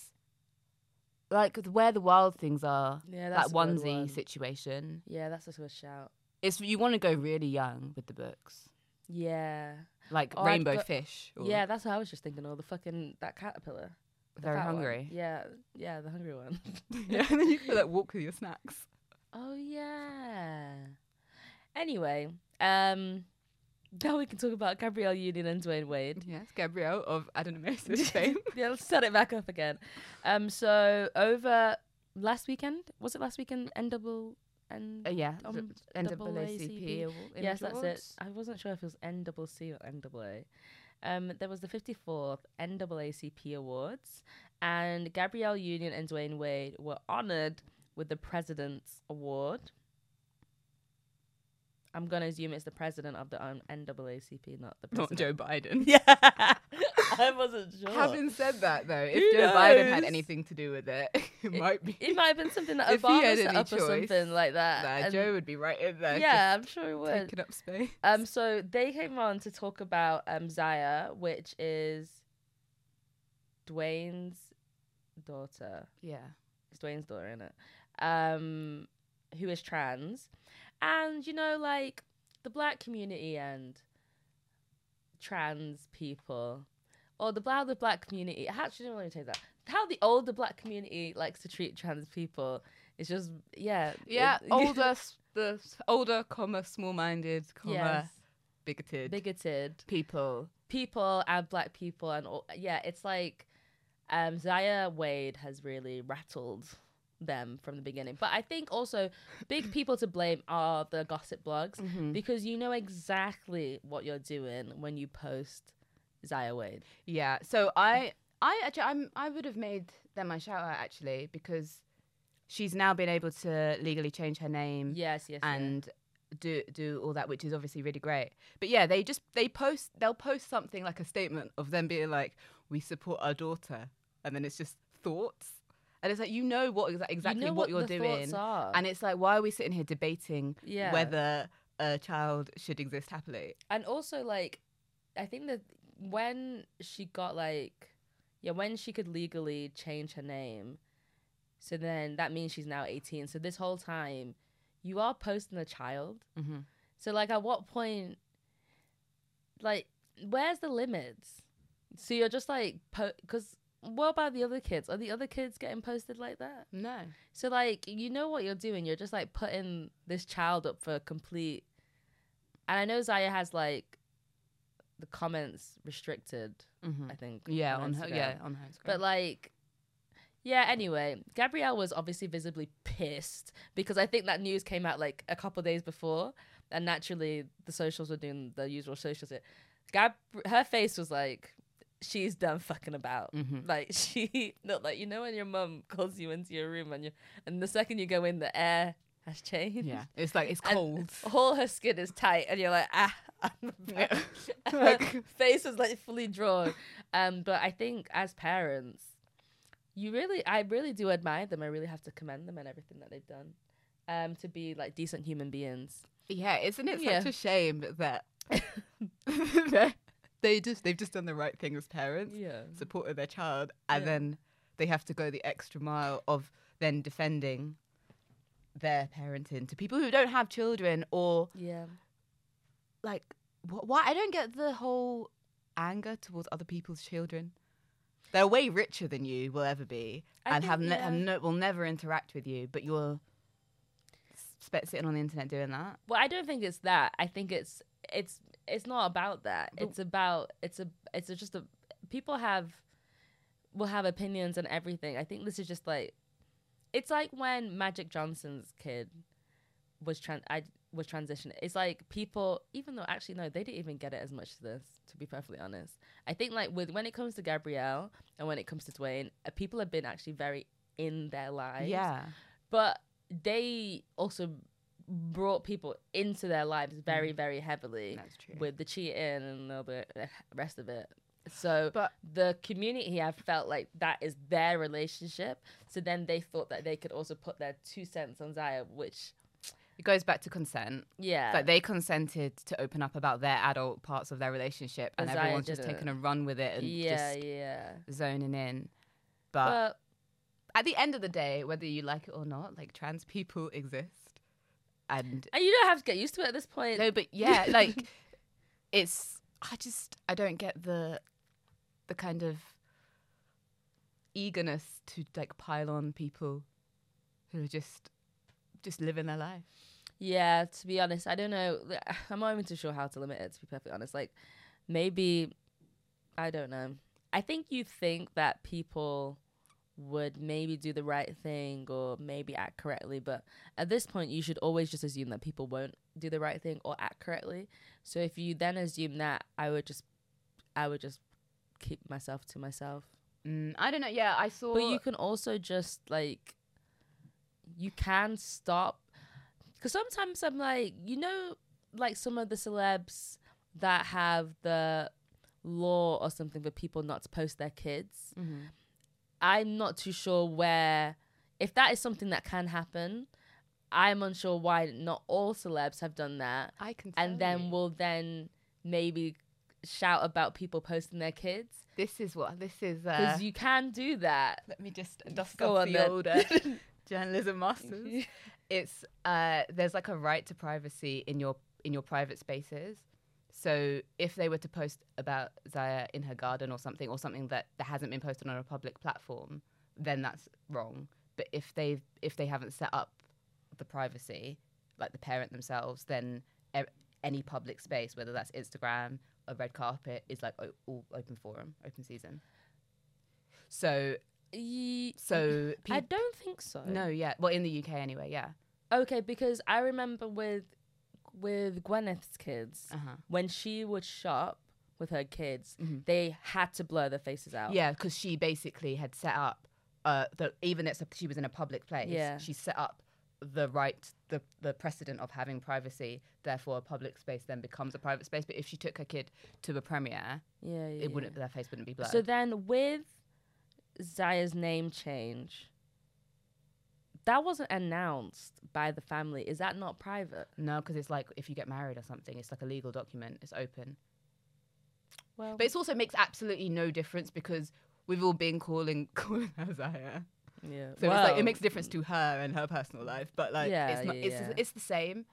Speaker 1: Like where the wild things are.
Speaker 2: yeah,
Speaker 1: that
Speaker 2: that's a good
Speaker 1: onesie
Speaker 2: one.
Speaker 1: situation.
Speaker 2: Yeah, that's a good shout.
Speaker 1: It's you want to go really young with the books,
Speaker 2: Yeah.
Speaker 1: like
Speaker 2: Or I'd
Speaker 1: Rainbow
Speaker 2: go-
Speaker 1: Fish. Or
Speaker 2: Yeah, that's what I was just thinking. Or the fucking that caterpillar. The
Speaker 1: very
Speaker 2: fat one.
Speaker 1: hungry.
Speaker 2: Yeah, yeah, the hungry one.
Speaker 1: yeah, and then you could like walk with your snacks.
Speaker 2: oh yeah. Anyway, um, now we can talk about Gabrielle Union and Dwayne Wade.
Speaker 1: Yes, Gabrielle of Adam Moses fame.
Speaker 2: yeah, let's set it back up again. Um, so over last weekend, was it last weekend? N double N.
Speaker 1: Uh, yeah,
Speaker 2: Um,
Speaker 1: NAACP
Speaker 2: NAACP.
Speaker 1: award-
Speaker 2: Yes, that's it.
Speaker 1: awards.
Speaker 2: I wasn't sure if it was N double C or N double A. Um, there was the 54th NAACP Awards, and Gabrielle Union and Dwayne Wade were honored with the President's Award. I'm gonna assume it's the president of the um, NAACP, not the
Speaker 1: Not
Speaker 2: president.
Speaker 1: Joe Biden.
Speaker 2: Yeah, I wasn't sure.
Speaker 1: Having said that, though, if
Speaker 2: Who
Speaker 1: Joe Biden had
Speaker 2: knows?
Speaker 1: anything to do with it, it, might be
Speaker 2: It might have been something that
Speaker 1: If he had
Speaker 2: Obama set
Speaker 1: any
Speaker 2: up or
Speaker 1: choice,
Speaker 2: something like that.
Speaker 1: that
Speaker 2: and-
Speaker 1: Joe would be right in there.
Speaker 2: yeah, I'm sure it
Speaker 1: just
Speaker 2: would.
Speaker 1: taking up space.
Speaker 2: Um, so they came on to talk about um Zaya, which is Dwayne's daughter.
Speaker 1: yeah,
Speaker 2: It's Dwayne's daughter, isn't it? Um, who is trans, and you know, like the black community and trans people, or the how the black community. Actually, let me take that. How the older black community likes to treat trans people. It's just yeah,
Speaker 1: yeah.
Speaker 2: it-
Speaker 1: older, s- the s- older, comma, small-minded, comma,
Speaker 2: yes,
Speaker 1: bigoted
Speaker 2: bigoted.
Speaker 1: people.
Speaker 2: people and black people and all, yeah it's like um zaya wade has really rattled them from the beginning but i think also big people to blame are the gossip blogs
Speaker 1: Mm-hmm.
Speaker 2: because you know exactly what you're doing when you post zaya wade
Speaker 1: Yeah. So I, I actually, I'm, I would have made them my shout out actually because she's now been able to legally change her name.
Speaker 2: yes yes yeah.
Speaker 1: Mm-hmm. and do do all that, which is obviously really great. But yeah, they just they post they'll post something like a statement of them being like, "We support our daughter," and then it's just thoughts, and it's like you know what exa- exactly
Speaker 2: you know
Speaker 1: what,
Speaker 2: what,
Speaker 1: you're
Speaker 2: the
Speaker 1: doing,
Speaker 2: thoughts are.
Speaker 1: and it's like why are we sitting here debating
Speaker 2: yeah
Speaker 1: whether a child should exist happily?
Speaker 2: and also like i think that when she got like yeah when she could legally change her name so then that means she's now 18 so this whole time you are posting a child
Speaker 1: Mm-hmm.
Speaker 2: so like at what point like where's the limits so you're just like because what about the other kids are the other kids getting posted like that
Speaker 1: No,
Speaker 2: so like you know what you're doing. You're just like putting this child up for complete. And I know Zaya has like the comments restricted.
Speaker 1: mm-hmm.
Speaker 2: I think.
Speaker 1: yeah, on her,
Speaker 2: Instagram.
Speaker 1: yeah, on her.
Speaker 2: But like, yeah. Anyway, Gabrielle was obviously visibly pissed because I think that news came out like a couple days before, and naturally the socials were doing the usual socials. It, Gab, her face was like, she's done fucking about.
Speaker 1: mm-hmm.
Speaker 2: Like she looked like you know when your mum calls you into your room and you and the second you go in the air has changed.
Speaker 1: yeah, it's like it's
Speaker 2: And
Speaker 1: cold.
Speaker 2: All her skin is tight and you're like, ah I'm
Speaker 1: Yeah.
Speaker 2: back." her face is like fully drawn. Um but I think as parents, you really I really do admire them. I really have to commend them and everything that they've done. Um to be like decent human beings.
Speaker 1: Yeah, isn't it
Speaker 2: Yeah.
Speaker 1: such a shame that that they just they've just done the right thing as parents,
Speaker 2: Yeah.
Speaker 1: supported their child, and
Speaker 2: Yeah.
Speaker 1: then they have to go the extra mile of then defending their parenting to people who don't have children or
Speaker 2: Yeah.
Speaker 1: like wh- why I don't get the whole anger towards other people's children. They're way richer than you will ever be,
Speaker 2: I
Speaker 1: and
Speaker 2: think,
Speaker 1: have ne-
Speaker 2: yeah.
Speaker 1: have no, will never interact with you. But you're sp- sitting on the internet doing that.
Speaker 2: Well, I don't think it's that. I think it's it's it's not about that.
Speaker 1: But-
Speaker 2: it's about it's a it's a, just a people have will have opinions on everything. I think this is just like it's like when Magic Johnson's kid was trans I was transitioning. It's like people even though actually no, they didn't even get it as much as this, to be perfectly honest. I think like with when it comes to Gabrielle and when it comes to Dwayne, uh, people have been actually very in their lives.
Speaker 1: Yeah.
Speaker 2: But they also brought people into their lives very, very heavily
Speaker 1: Mm. That's true.
Speaker 2: with the cheating and all the the rest of it. So
Speaker 1: But-
Speaker 2: the community have felt like that is their relationship. So then they thought that they could also put their two cents on Zaya, which
Speaker 1: it goes back to consent.
Speaker 2: yeah.
Speaker 1: It's like they consented to open up about their adult parts of their relationship, and
Speaker 2: As I
Speaker 1: everyone's just
Speaker 2: didn't.
Speaker 1: taken a run with it and
Speaker 2: yeah,
Speaker 1: just Uh,
Speaker 2: yeah.
Speaker 1: zoning in. But
Speaker 2: But
Speaker 1: at the end of the day, whether you like it or not, like trans people exist, and
Speaker 2: and you don't have to get used to it at this point.
Speaker 1: no, but yeah, like it's. I just I don't get the the kind of eagerness to like pile on people who are just just living their life.
Speaker 2: Yeah, to be honest, I don't know. I'm not even too sure how to limit it. To be perfectly honest, like maybe I don't know. I think you think that people would maybe do the right thing or maybe act correctly, but at this point, you should always just assume that people won't do the right thing or act correctly. So if you then assume that, I would just, I would just keep myself to myself.
Speaker 1: Mm, I don't know. Yeah, I saw.
Speaker 2: But you can also just like, you can stop. Because sometimes I'm like, you know, like some of the celebs that have the law or something for people not to post their kids.
Speaker 1: Mhm.
Speaker 2: I'm not too sure where, if that is something that can happen, I'm unsure why not all celebs have done that
Speaker 1: I can.
Speaker 2: and
Speaker 1: tell
Speaker 2: then
Speaker 1: you.
Speaker 2: will then maybe shout about people posting their kids.
Speaker 1: this is what this is. Uh,
Speaker 2: Because you can do that.
Speaker 1: let me just dust
Speaker 2: Go
Speaker 1: off
Speaker 2: on
Speaker 1: the
Speaker 2: then.
Speaker 1: older journalism masters. it's uh, there's like a right to privacy in your in your private spaces. So if they were to post about Zaya in her garden or something, or something that, that hasn't been posted on a public platform, then that's wrong. But if they if they haven't set up the privacy, like the parent themselves, then e- any public space, whether that's Instagram, a red carpet, is like o- all open forum, open season. So
Speaker 2: Ye-
Speaker 1: so
Speaker 2: I
Speaker 1: peop-
Speaker 2: don't think so.
Speaker 1: no, yeah. Well, in the UK anyway, yeah.
Speaker 2: Okay, because I remember with with Gwyneth's kids
Speaker 1: Uh huh.
Speaker 2: when she would shop with her kids,
Speaker 1: Mhm.
Speaker 2: they had to blur their faces out.
Speaker 1: Yeah, because she basically had set up uh, the even if she was in a public place,
Speaker 2: Yeah.
Speaker 1: she set up the right the the precedent of having privacy. Therefore, a public space then becomes a private space. But if she took her kid to a premiere,
Speaker 2: yeah, yeah.
Speaker 1: it wouldn't their face wouldn't be blurred.
Speaker 2: So then with Zaya's name change, that wasn't announced by the family. Is that not private?
Speaker 1: no, because it's like if you get married or something, it's like a legal document. It's open,
Speaker 2: Well,
Speaker 1: but it also makes absolutely no difference because we've all been calling calling her Zaya.
Speaker 2: yeah.
Speaker 1: So it's like
Speaker 2: Well,
Speaker 1: it makes a difference to her and her personal life, but like
Speaker 2: Yeah,
Speaker 1: it's not,
Speaker 2: yeah,
Speaker 1: it's,
Speaker 2: yeah.
Speaker 1: it's the same.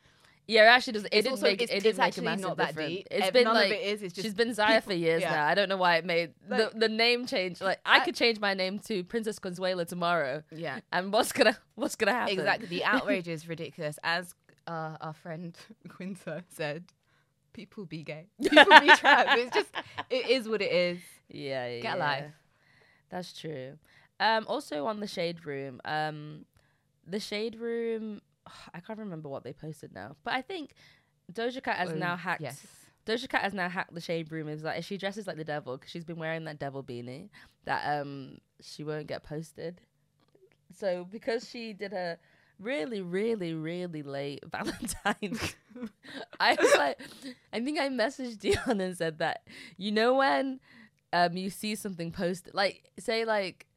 Speaker 2: Yeah, it actually does. It
Speaker 1: It's
Speaker 2: didn't
Speaker 1: also-
Speaker 2: make.
Speaker 1: it's-
Speaker 2: it
Speaker 1: it's
Speaker 2: didn't make a
Speaker 1: actually
Speaker 2: massive
Speaker 1: not that
Speaker 2: difference.
Speaker 1: deep.
Speaker 2: It's
Speaker 1: Ev-
Speaker 2: been
Speaker 1: none of
Speaker 2: like
Speaker 1: it is, it's just
Speaker 2: she's been Zaya for years
Speaker 1: yeah.
Speaker 2: now. I don't know why it made
Speaker 1: Like-
Speaker 2: the, the name change. Like I,
Speaker 1: I-
Speaker 2: could change my name to Princess Consuela tomorrow,
Speaker 1: Yeah,
Speaker 2: and what's gonna what's gonna happen?
Speaker 1: Exactly. The outrage is ridiculous. As uh, our friend Quinta said, people be gay. People be trans. It's just, it is what it is.
Speaker 2: Yeah, yeah.
Speaker 1: Get a
Speaker 2: yeah.
Speaker 1: life.
Speaker 2: That's true. Um, also on the shade room, um, the shade room. I can't remember what they posted now, but I think Doja Cat has
Speaker 1: Oh,
Speaker 2: now hacked
Speaker 1: Yes.
Speaker 2: Doja Cat has now hacked the shade room. Is like she dresses like the devil because she's been wearing that devil beanie that um she won't get posted. So because she did a really, really, really late Valentine's, I was like, I think I messaged Dion and said that you know when um you see something posted like say like.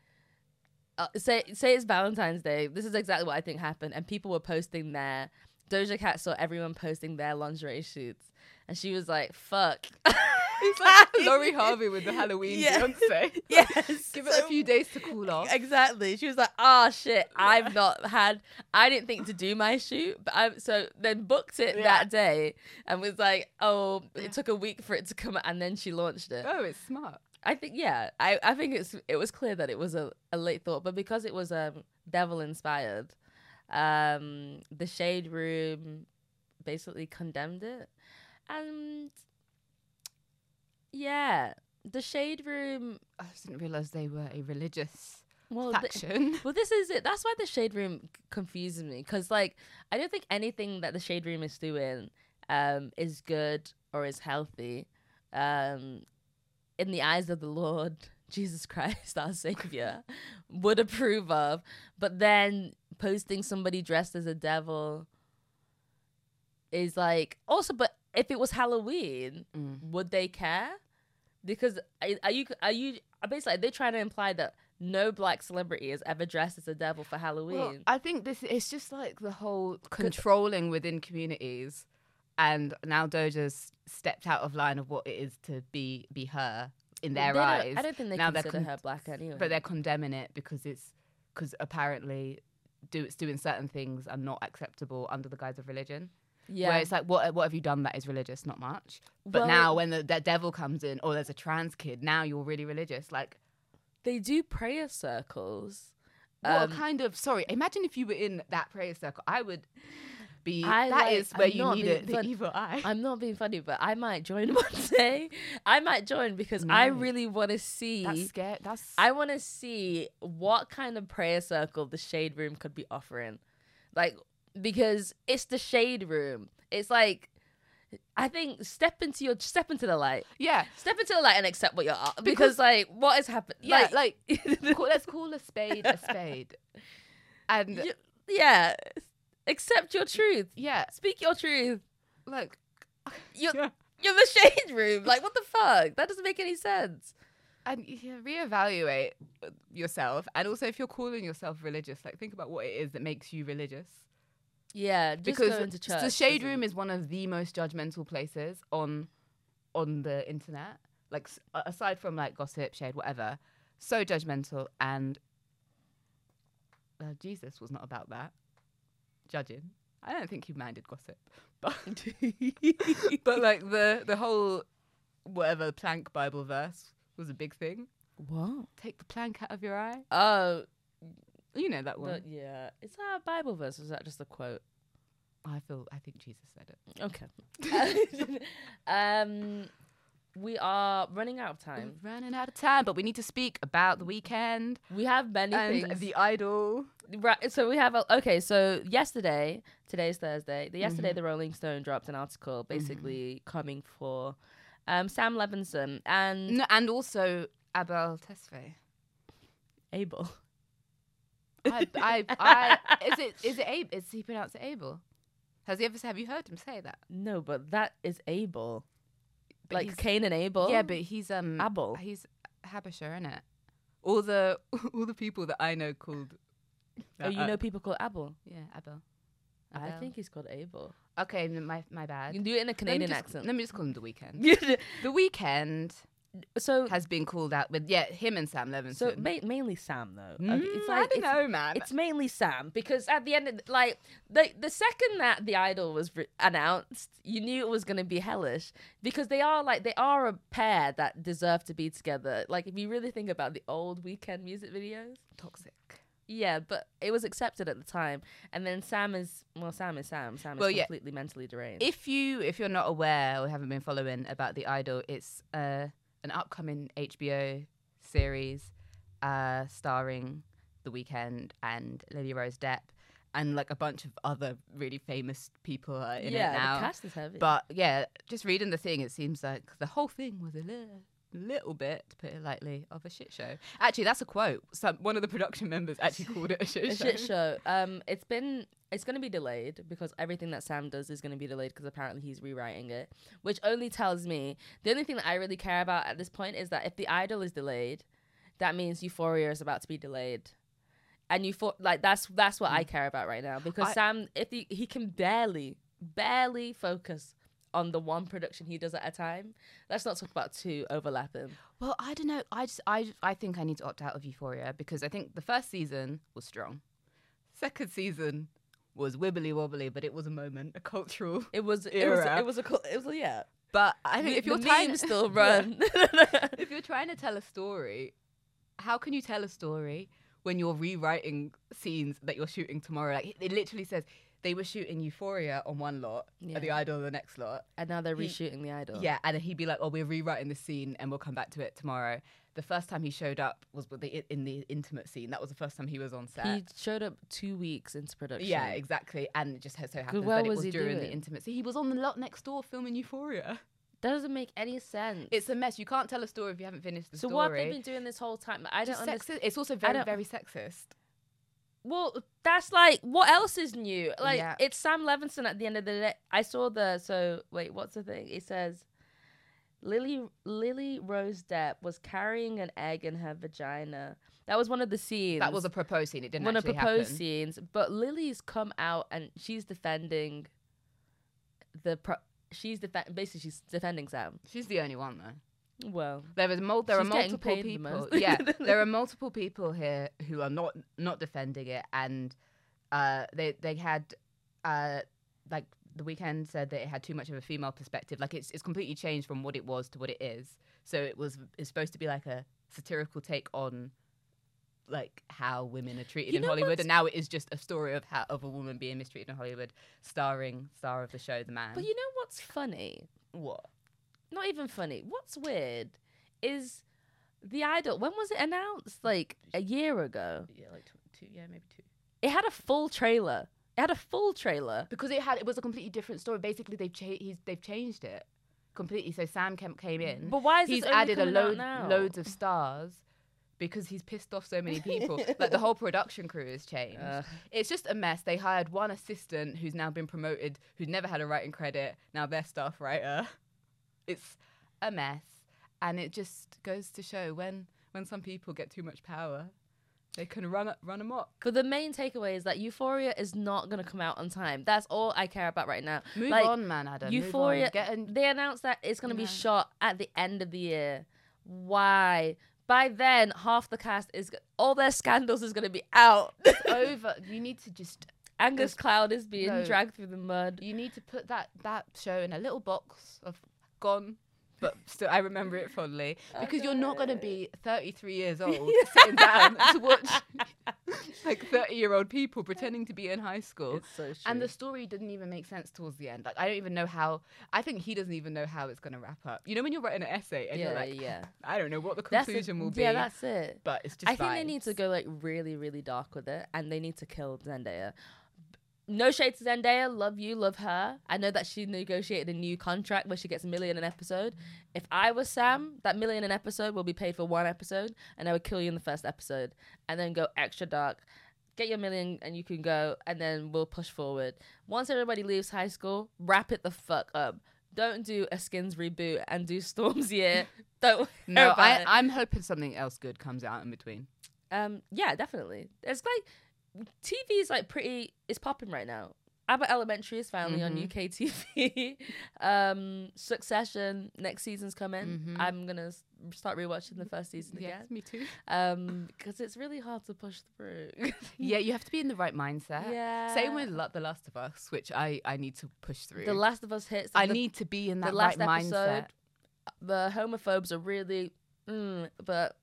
Speaker 2: Uh, say say it's Valentine's Day. This is exactly what I think happened, and people were posting their Doja Cat saw everyone posting their lingerie shoots, and she was like, "Fuck."
Speaker 1: It's like Laurie Harvey with the Halloween
Speaker 2: Yeah.
Speaker 1: Beyonce.
Speaker 2: Yes.
Speaker 1: Give it
Speaker 2: so-
Speaker 1: a few days to cool off.
Speaker 2: Exactly. She was like, "Ah, shit. I've not had. I didn't think to do my shoot, but I so then booked it
Speaker 1: Yeah.
Speaker 2: that day and was like, oh, it took a week for it to come, out, and then she launched it.
Speaker 1: Oh, it's smart.
Speaker 2: I think yeah. I, I think it's it was clear that it was a, a late thought, but because it was um devil inspired, um the shade room basically condemned it, and yeah, the shade room.
Speaker 1: I just didn't realize they were a religious
Speaker 2: Well, th-
Speaker 1: faction.
Speaker 2: well, this is it. That's why the shade room c- confuses me because like I don't think anything that the shade room is doing um is good or is healthy um in the eyes of the Lord. Jesus Christ, our Savior, would approve of. But then posting somebody dressed as a devil is like also. But if it was Halloween,
Speaker 1: Mm.
Speaker 2: would they care? Because are are you are you are basically they're trying to imply that no black celebrity has ever dressed as a devil for Halloween.
Speaker 1: Well, I think this it's just like the whole controlling within communities, and now Doja's stepped out of line of what it is to be be her in
Speaker 2: They
Speaker 1: their
Speaker 2: don't-
Speaker 1: eyes.
Speaker 2: I don't think they
Speaker 1: now they're
Speaker 2: consider
Speaker 1: con-
Speaker 2: her black anyway.
Speaker 1: but they're condemning it because it's because apparently do it's doing certain things are not acceptable under the guise of religion.
Speaker 2: yeah,
Speaker 1: Where it's like, what what have you done that is religious? Not much. But
Speaker 2: Well,
Speaker 1: now when the, the devil comes in, or there's a trans kid, now you're really religious. Like
Speaker 2: they do prayer circles.
Speaker 1: what
Speaker 2: Um,
Speaker 1: kind of sorry? Imagine if you were in that prayer circle. I would be. That
Speaker 2: I
Speaker 1: is
Speaker 2: like-
Speaker 1: where
Speaker 2: I'm
Speaker 1: you
Speaker 2: not
Speaker 1: need
Speaker 2: being
Speaker 1: it. The
Speaker 2: fun-
Speaker 1: evil eye.
Speaker 2: I'm not being funny, but I might join one day. I might join because I
Speaker 1: No.
Speaker 2: really want to see.
Speaker 1: That's scary. That's
Speaker 2: I want to see what kind of prayer circle the Shade Room could be offering. Like, because it's the Shade Room. It's like, I think step into your step into the light,
Speaker 1: yeah.
Speaker 2: step into the light, and accept what you're. Because,
Speaker 1: Because-
Speaker 2: like, what has happened?
Speaker 1: Yeah,
Speaker 2: like,
Speaker 1: like, call, let's call a spade a spade, and
Speaker 2: You- yeah, accept your truth.
Speaker 1: yeah,
Speaker 2: Speak your truth.
Speaker 1: like
Speaker 2: You're,
Speaker 1: Yeah.
Speaker 2: you're the shade room. Like, what the fuck? That doesn't make any sense.
Speaker 1: and yeah, reevaluate yourself, and also if you're calling yourself religious, like think about what it is that makes you religious.
Speaker 2: Yeah, just
Speaker 1: Because
Speaker 2: going to church.
Speaker 1: the shade
Speaker 2: doesn't-
Speaker 1: room is one of the most judgmental places on on the internet. Like s- a- aside from like gossip, shade, whatever, so judgmental. And uh, Jesus was not about that judging. I don't think he minded gossip, but but like the the whole whatever plank Bible verse was a big thing.
Speaker 2: What?
Speaker 1: Take the plank out of your eye.
Speaker 2: Oh,
Speaker 1: You know that one.
Speaker 2: the- yeah. Is that a Bible verse or is that just a quote?
Speaker 1: I feel I think Jesus said it.
Speaker 2: Okay. um, we are running out of time.
Speaker 1: We're running out of time, but we need to speak about the weekend
Speaker 2: We have many
Speaker 1: and
Speaker 2: things.
Speaker 1: the idol.
Speaker 2: Right. So we have a, okay. So yesterday, today's Thursday. The yesterday,
Speaker 1: Mm-hmm.
Speaker 2: the Rolling Stone dropped an article basically coming for um, Sam Levinson and
Speaker 1: No, and also Abel Tesfaye.
Speaker 2: Abel.
Speaker 1: I, I, I, is it is it Abel? Is he pronounced it Abel? Has he ever have you heard him say that?
Speaker 2: No, but that is Abel.
Speaker 1: But
Speaker 2: like
Speaker 1: he's-
Speaker 2: Cain and Abel.
Speaker 1: Yeah, but he's um
Speaker 2: Abel.
Speaker 1: He's Habisher, isn't it? All the all the people that I know called.
Speaker 2: Oh, you
Speaker 1: uh,
Speaker 2: know people call Abel.
Speaker 1: Yeah, Abel.
Speaker 2: I
Speaker 1: Abel.
Speaker 2: think he's called Abel.
Speaker 1: Okay, n- my my
Speaker 2: You
Speaker 1: bad.
Speaker 2: can do it
Speaker 1: Let
Speaker 2: in a
Speaker 1: me
Speaker 2: Canadian
Speaker 1: just-
Speaker 2: accent.
Speaker 1: Let me just call him the weekend. The weekend
Speaker 2: so,
Speaker 1: has been called out with yeah him and Sam Levinson.
Speaker 2: so ma- mainly Sam though. Okay,
Speaker 1: Mm, I don't
Speaker 2: it's,
Speaker 1: know, man.
Speaker 2: It's mainly Sam because at the end of the, like the the second that the idol was re- announced, you knew it was going to be hellish because they are like they are a pair that deserve to be together. Like if you really think about the old weekend music videos,
Speaker 1: toxic.
Speaker 2: yeah, but it was accepted at the time. And then Sam is well, Sam is Sam. Sam
Speaker 1: Well,
Speaker 2: is
Speaker 1: yeah.
Speaker 2: completely mentally deranged.
Speaker 1: If you if you're not aware or haven't been following about the Idol, it's uh, an upcoming HBO series uh, starring The Weeknd and Lily Rose Depp, and like a bunch of other really famous people are in
Speaker 2: yeah,
Speaker 1: it now.
Speaker 2: the cast is heavy.
Speaker 1: But yeah, just reading the thing, it seems like the whole thing was a little, little bit, to put it lightly, of a shit show. Actually, that's a quote. Some, one of the production members actually called it a shit
Speaker 2: a
Speaker 1: show.
Speaker 2: shit show. Um, it's been it's going to be delayed because everything that Sam does is going to be delayed because apparently he's rewriting it, which only tells me the only thing that I really care about at this point is that if the idol is delayed, that means Euphoria is about to be delayed. And you like that's that's what I care about right now because
Speaker 1: I-
Speaker 2: Sam if he he can barely barely focus on the one production he does at a time. Let's not talk about two overlapping.
Speaker 1: Well, I don't know. I just I I think I need to opt out of Euphoria because I think the first season was strong. Second season was wibbly wobbly, but it was a moment, a cultural.
Speaker 2: It was it was
Speaker 1: Era.
Speaker 2: it was a cul- it was a, yeah.
Speaker 1: But I think
Speaker 2: The-
Speaker 1: if you're
Speaker 2: the
Speaker 1: trying
Speaker 2: memes still
Speaker 1: Yeah.
Speaker 2: run.
Speaker 1: if you're trying to tell a story, how can you tell a story when you're rewriting scenes that you're shooting tomorrow? Like it literally says they were shooting Euphoria on one lot,
Speaker 2: Yeah.
Speaker 1: the Idol on the next lot.
Speaker 2: And now they're
Speaker 1: He-
Speaker 2: reshooting the idol.
Speaker 1: Yeah, and he'd be like, "Oh, we're rewriting the scene, and we'll come back to it tomorrow." The first time he showed up was with the, in the intimate scene. That was the first time he was on set.
Speaker 2: He showed up two weeks into production.
Speaker 1: yeah, exactly. And it just so happens
Speaker 2: what
Speaker 1: that it
Speaker 2: was
Speaker 1: was
Speaker 2: he
Speaker 1: during the
Speaker 2: doing?
Speaker 1: intimacy. He was on the lot next door filming Euphoria.
Speaker 2: That doesn't make any sense.
Speaker 1: It's a mess. You can't tell a story if you haven't finished the
Speaker 2: so
Speaker 1: story.
Speaker 2: what have they been doing this whole time? Like, I don't
Speaker 1: Just
Speaker 2: understand.
Speaker 1: sexist. It's also very,
Speaker 2: don't-
Speaker 1: very sexist.
Speaker 2: Well, that's like what else is new? Like
Speaker 1: Yeah.
Speaker 2: it's Sam Levinson at the end of the day. I saw the so wait, what's the thing? It says Lily Lily Rose Depp was carrying an egg in her vagina. That was one of the scenes.
Speaker 1: That was a proposed scene. It didn't
Speaker 2: one of
Speaker 1: actually
Speaker 2: proposed
Speaker 1: happen.
Speaker 2: scenes. But Lily's come out and she's defending the pro- she's defe- basically she's defending Sam.
Speaker 1: She's the only one though.
Speaker 2: Well,
Speaker 1: There is mul- there
Speaker 2: She's
Speaker 1: are
Speaker 2: getting
Speaker 1: multiple
Speaker 2: paid the
Speaker 1: people.
Speaker 2: most.
Speaker 1: yeah, there are multiple people here who are not not defending it, and uh, they they had uh, like the weekend said that it had too much of a female perspective. Like it's it's completely changed from what it was to what it is. So it was it's supposed to be like a satirical take on like how women are treated
Speaker 2: You
Speaker 1: in
Speaker 2: know
Speaker 1: Hollywood,
Speaker 2: what's-
Speaker 1: and now it is just a story of how of a woman being mistreated in Hollywood, starring star of the show, the man.
Speaker 2: but you know what's funny?
Speaker 1: what?
Speaker 2: not even funny. What's weird is the idol. When was it announced? Like a year ago.
Speaker 1: Yeah, like two. Yeah, maybe two.
Speaker 2: It had a full trailer. It had a full trailer.
Speaker 1: because it had it was a completely different story. Basically, they've cha- he's, they've changed it completely. So Sam Kemp came in.
Speaker 2: But why is
Speaker 1: he's
Speaker 2: this only
Speaker 1: added a
Speaker 2: coming out
Speaker 1: load
Speaker 2: now?
Speaker 1: loads of stars because he's pissed off so many people. like the whole production crew has changed.
Speaker 2: Ugh.
Speaker 1: It's just a mess. They hired one assistant who's now been promoted, who's never had a writing credit. Now they're staff writer. It's a mess, and it just goes to show when when some people get too much power, they can run a- run amok.
Speaker 2: But the main takeaway is that Euphoria is not going to come out on time. That's all I care about right now.
Speaker 1: Move
Speaker 2: Like,
Speaker 1: on, man, Adam. Move on.
Speaker 2: Euphoria.
Speaker 1: Get a
Speaker 2: They announced that it's going to
Speaker 1: Yeah.
Speaker 2: be shot at the end of the year. Why? By then, half the cast is go- all their scandals is going to be out.
Speaker 1: over. You need to just.
Speaker 2: Angus Cloud is being
Speaker 1: No.
Speaker 2: dragged through the mud.
Speaker 1: You need to put that that show in a little box of gone, but still I remember it fondly because you're not going to be 33 years old sitting down to watch like 30 year old people pretending to be in high school.
Speaker 2: It's so
Speaker 1: And the
Speaker 2: true.
Speaker 1: story didn't even make sense towards the end. Like I don't even know how. I think he doesn't even know how it's going to wrap up. You know when you're writing an essay and you're
Speaker 2: yeah,
Speaker 1: like,
Speaker 2: yeah.
Speaker 1: I don't know what the
Speaker 2: That's
Speaker 1: conclusion
Speaker 2: it.
Speaker 1: will be.
Speaker 2: Yeah, that's it.
Speaker 1: but it's just.
Speaker 2: I think they need
Speaker 1: vibes.
Speaker 2: to go like really, really dark with it, and they need to kill Zendaya. No shade to Zendaya. Love you, love her. I know that she negotiated a new contract where she gets a million an episode. If I was Sam, that million an episode will be paid for one episode, and I would kill you in the first episode, and then go extra dark. Get your million, and you can go, and then we'll push forward. Once everybody leaves high school, wrap it the fuck up. Don't do a skins reboot and do Storm's year. Don't
Speaker 1: No,
Speaker 2: about
Speaker 1: I,
Speaker 2: it.
Speaker 1: I'm hoping something else good comes out in between.
Speaker 2: Um, yeah, definitely. It's like TV is like pretty. It's popping right now. Abbott Elementary is finally on
Speaker 1: Mhm.
Speaker 2: UK TV. um, Succession next season's coming.
Speaker 1: Mhm.
Speaker 2: I'm gonna s- start rewatching the first season again.
Speaker 1: me too.
Speaker 2: Um, because it's really hard to push through.
Speaker 1: Yeah, you have to be in the right mindset.
Speaker 2: yeah.
Speaker 1: Same with Lo- The Last of Us, which I, I need to push through.
Speaker 2: The Last of Us hits.
Speaker 1: I
Speaker 2: the,
Speaker 1: need to be in
Speaker 2: the
Speaker 1: that
Speaker 2: last
Speaker 1: right mindset.
Speaker 2: episode. The homophobes are really, mm, but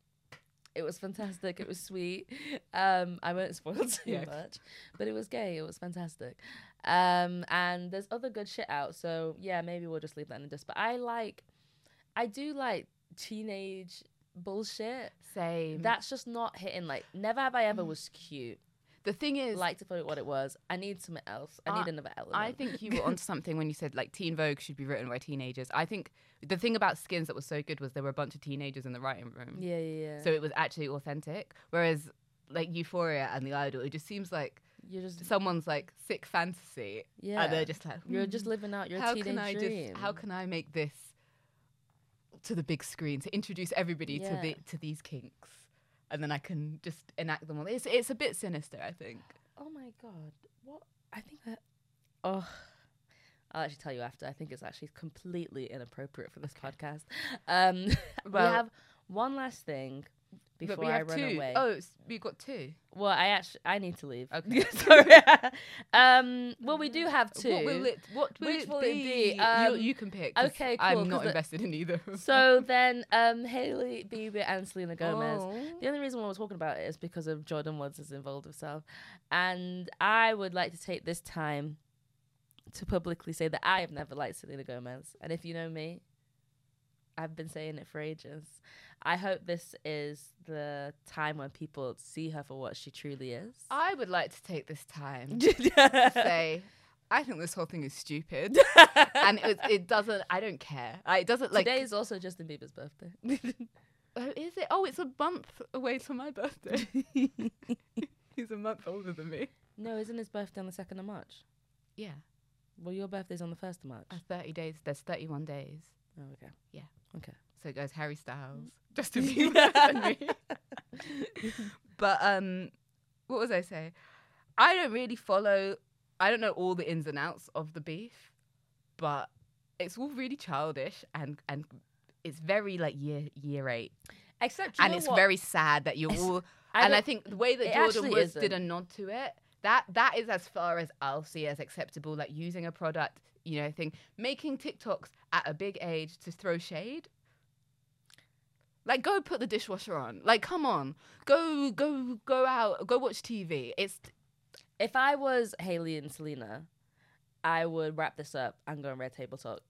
Speaker 2: it was fantastic. It was sweet. Um, I won't spoil too
Speaker 1: Yeah.
Speaker 2: much, but it was gay. It was fantastic. Um, and there's other good shit out. So yeah, maybe we'll just leave that in the dust. But I like, I do like teenage bullshit.
Speaker 1: Same.
Speaker 2: That's just not hitting. Like, never have I
Speaker 1: Mm.
Speaker 2: ever was cute.
Speaker 1: the thing is,
Speaker 2: Liked it for what it was. I need something else. I need another element.
Speaker 1: I think you were onto something when you said like Teen Vogue should be written by teenagers. I think the thing about Skins that was so good was there were a bunch of teenagers in the writing room,
Speaker 2: Yeah, yeah, yeah.
Speaker 1: so it was actually authentic. Whereas like Euphoria and The Idol, it just seems like
Speaker 2: you're just
Speaker 1: someone's like sick fantasy,
Speaker 2: yeah.
Speaker 1: and they're just like
Speaker 2: You're
Speaker 1: "Hmm,
Speaker 2: just living out your
Speaker 1: how
Speaker 2: teenage
Speaker 1: can I
Speaker 2: dream.
Speaker 1: just how can I make this to the big screen to introduce everybody to
Speaker 2: Yeah.
Speaker 1: the to these kinks and then I can just enact them all. It's it's a bit sinister, I think.
Speaker 2: oh my god, what? I think that. Oh, I'll actually tell you after. I think it's actually completely inappropriate for this podcast. Um,
Speaker 1: Well-
Speaker 2: we have one last thing before
Speaker 1: but we have
Speaker 2: I run
Speaker 1: two.
Speaker 2: away.
Speaker 1: Oh, it's, we've got two.
Speaker 2: Well, I actually I need to leave.
Speaker 1: Okay. Mm.
Speaker 2: Sorry. um, well, we do have two.
Speaker 1: What will it? What will
Speaker 2: Which
Speaker 1: it
Speaker 2: will it
Speaker 1: be?
Speaker 2: be? Um,
Speaker 1: you, you can pick. 'cause
Speaker 2: okay, cool,
Speaker 1: I'm not
Speaker 2: 'cause the-
Speaker 1: invested in either. of them.
Speaker 2: so then, um, Haley Bieber and Selena Gomez.
Speaker 1: Oh.
Speaker 2: The only reason why we're talking about it is because of Jordan Woods' involved himself. And I would like to take this time to publicly say that I have never liked Selena Gomez. And if you know me, I've been saying it for ages. I hope this is the time when people see her for what she truly is.
Speaker 1: I would like to take this time to
Speaker 2: Say,
Speaker 1: say I think this whole thing is stupid. and it, was- it doesn't, I don't care. Like, it doesn't like.
Speaker 2: Today is also Justin Bieber's birthday.
Speaker 1: Oh, is it? Oh, it's a month away till my birthday. He's a month older than me.
Speaker 2: no, isn't his birthday on the second of March?
Speaker 1: Yeah.
Speaker 2: Well, your birthday's on the first of March.
Speaker 1: Uh, 30 days. There's 31 days.
Speaker 2: Oh, okay.
Speaker 1: Yeah.
Speaker 2: Okay.
Speaker 1: So it goes Harry Styles, Justin Bieber, and me. But um, what was I saying? I don't really follow. I don't know all the ins and outs of the beef, but it's all really childish and and it's very like year year eight,
Speaker 2: Except,
Speaker 1: and it's very sad that you're
Speaker 2: It's-
Speaker 1: all.
Speaker 2: I
Speaker 1: and I
Speaker 2: don't-
Speaker 1: think the way that
Speaker 2: it
Speaker 1: Jordan
Speaker 2: actually
Speaker 1: Woods did a
Speaker 2: isn't.
Speaker 1: nod to it, that that is as far as I'll see as acceptable. Like using a product, you know, thing, making TikToks at a big age to throw shade. Like go put the dishwasher on. Like come on, go go go out, go watch TV. It's
Speaker 2: If I was Haley and Selena, I would wrap this up and go on Red Table Talk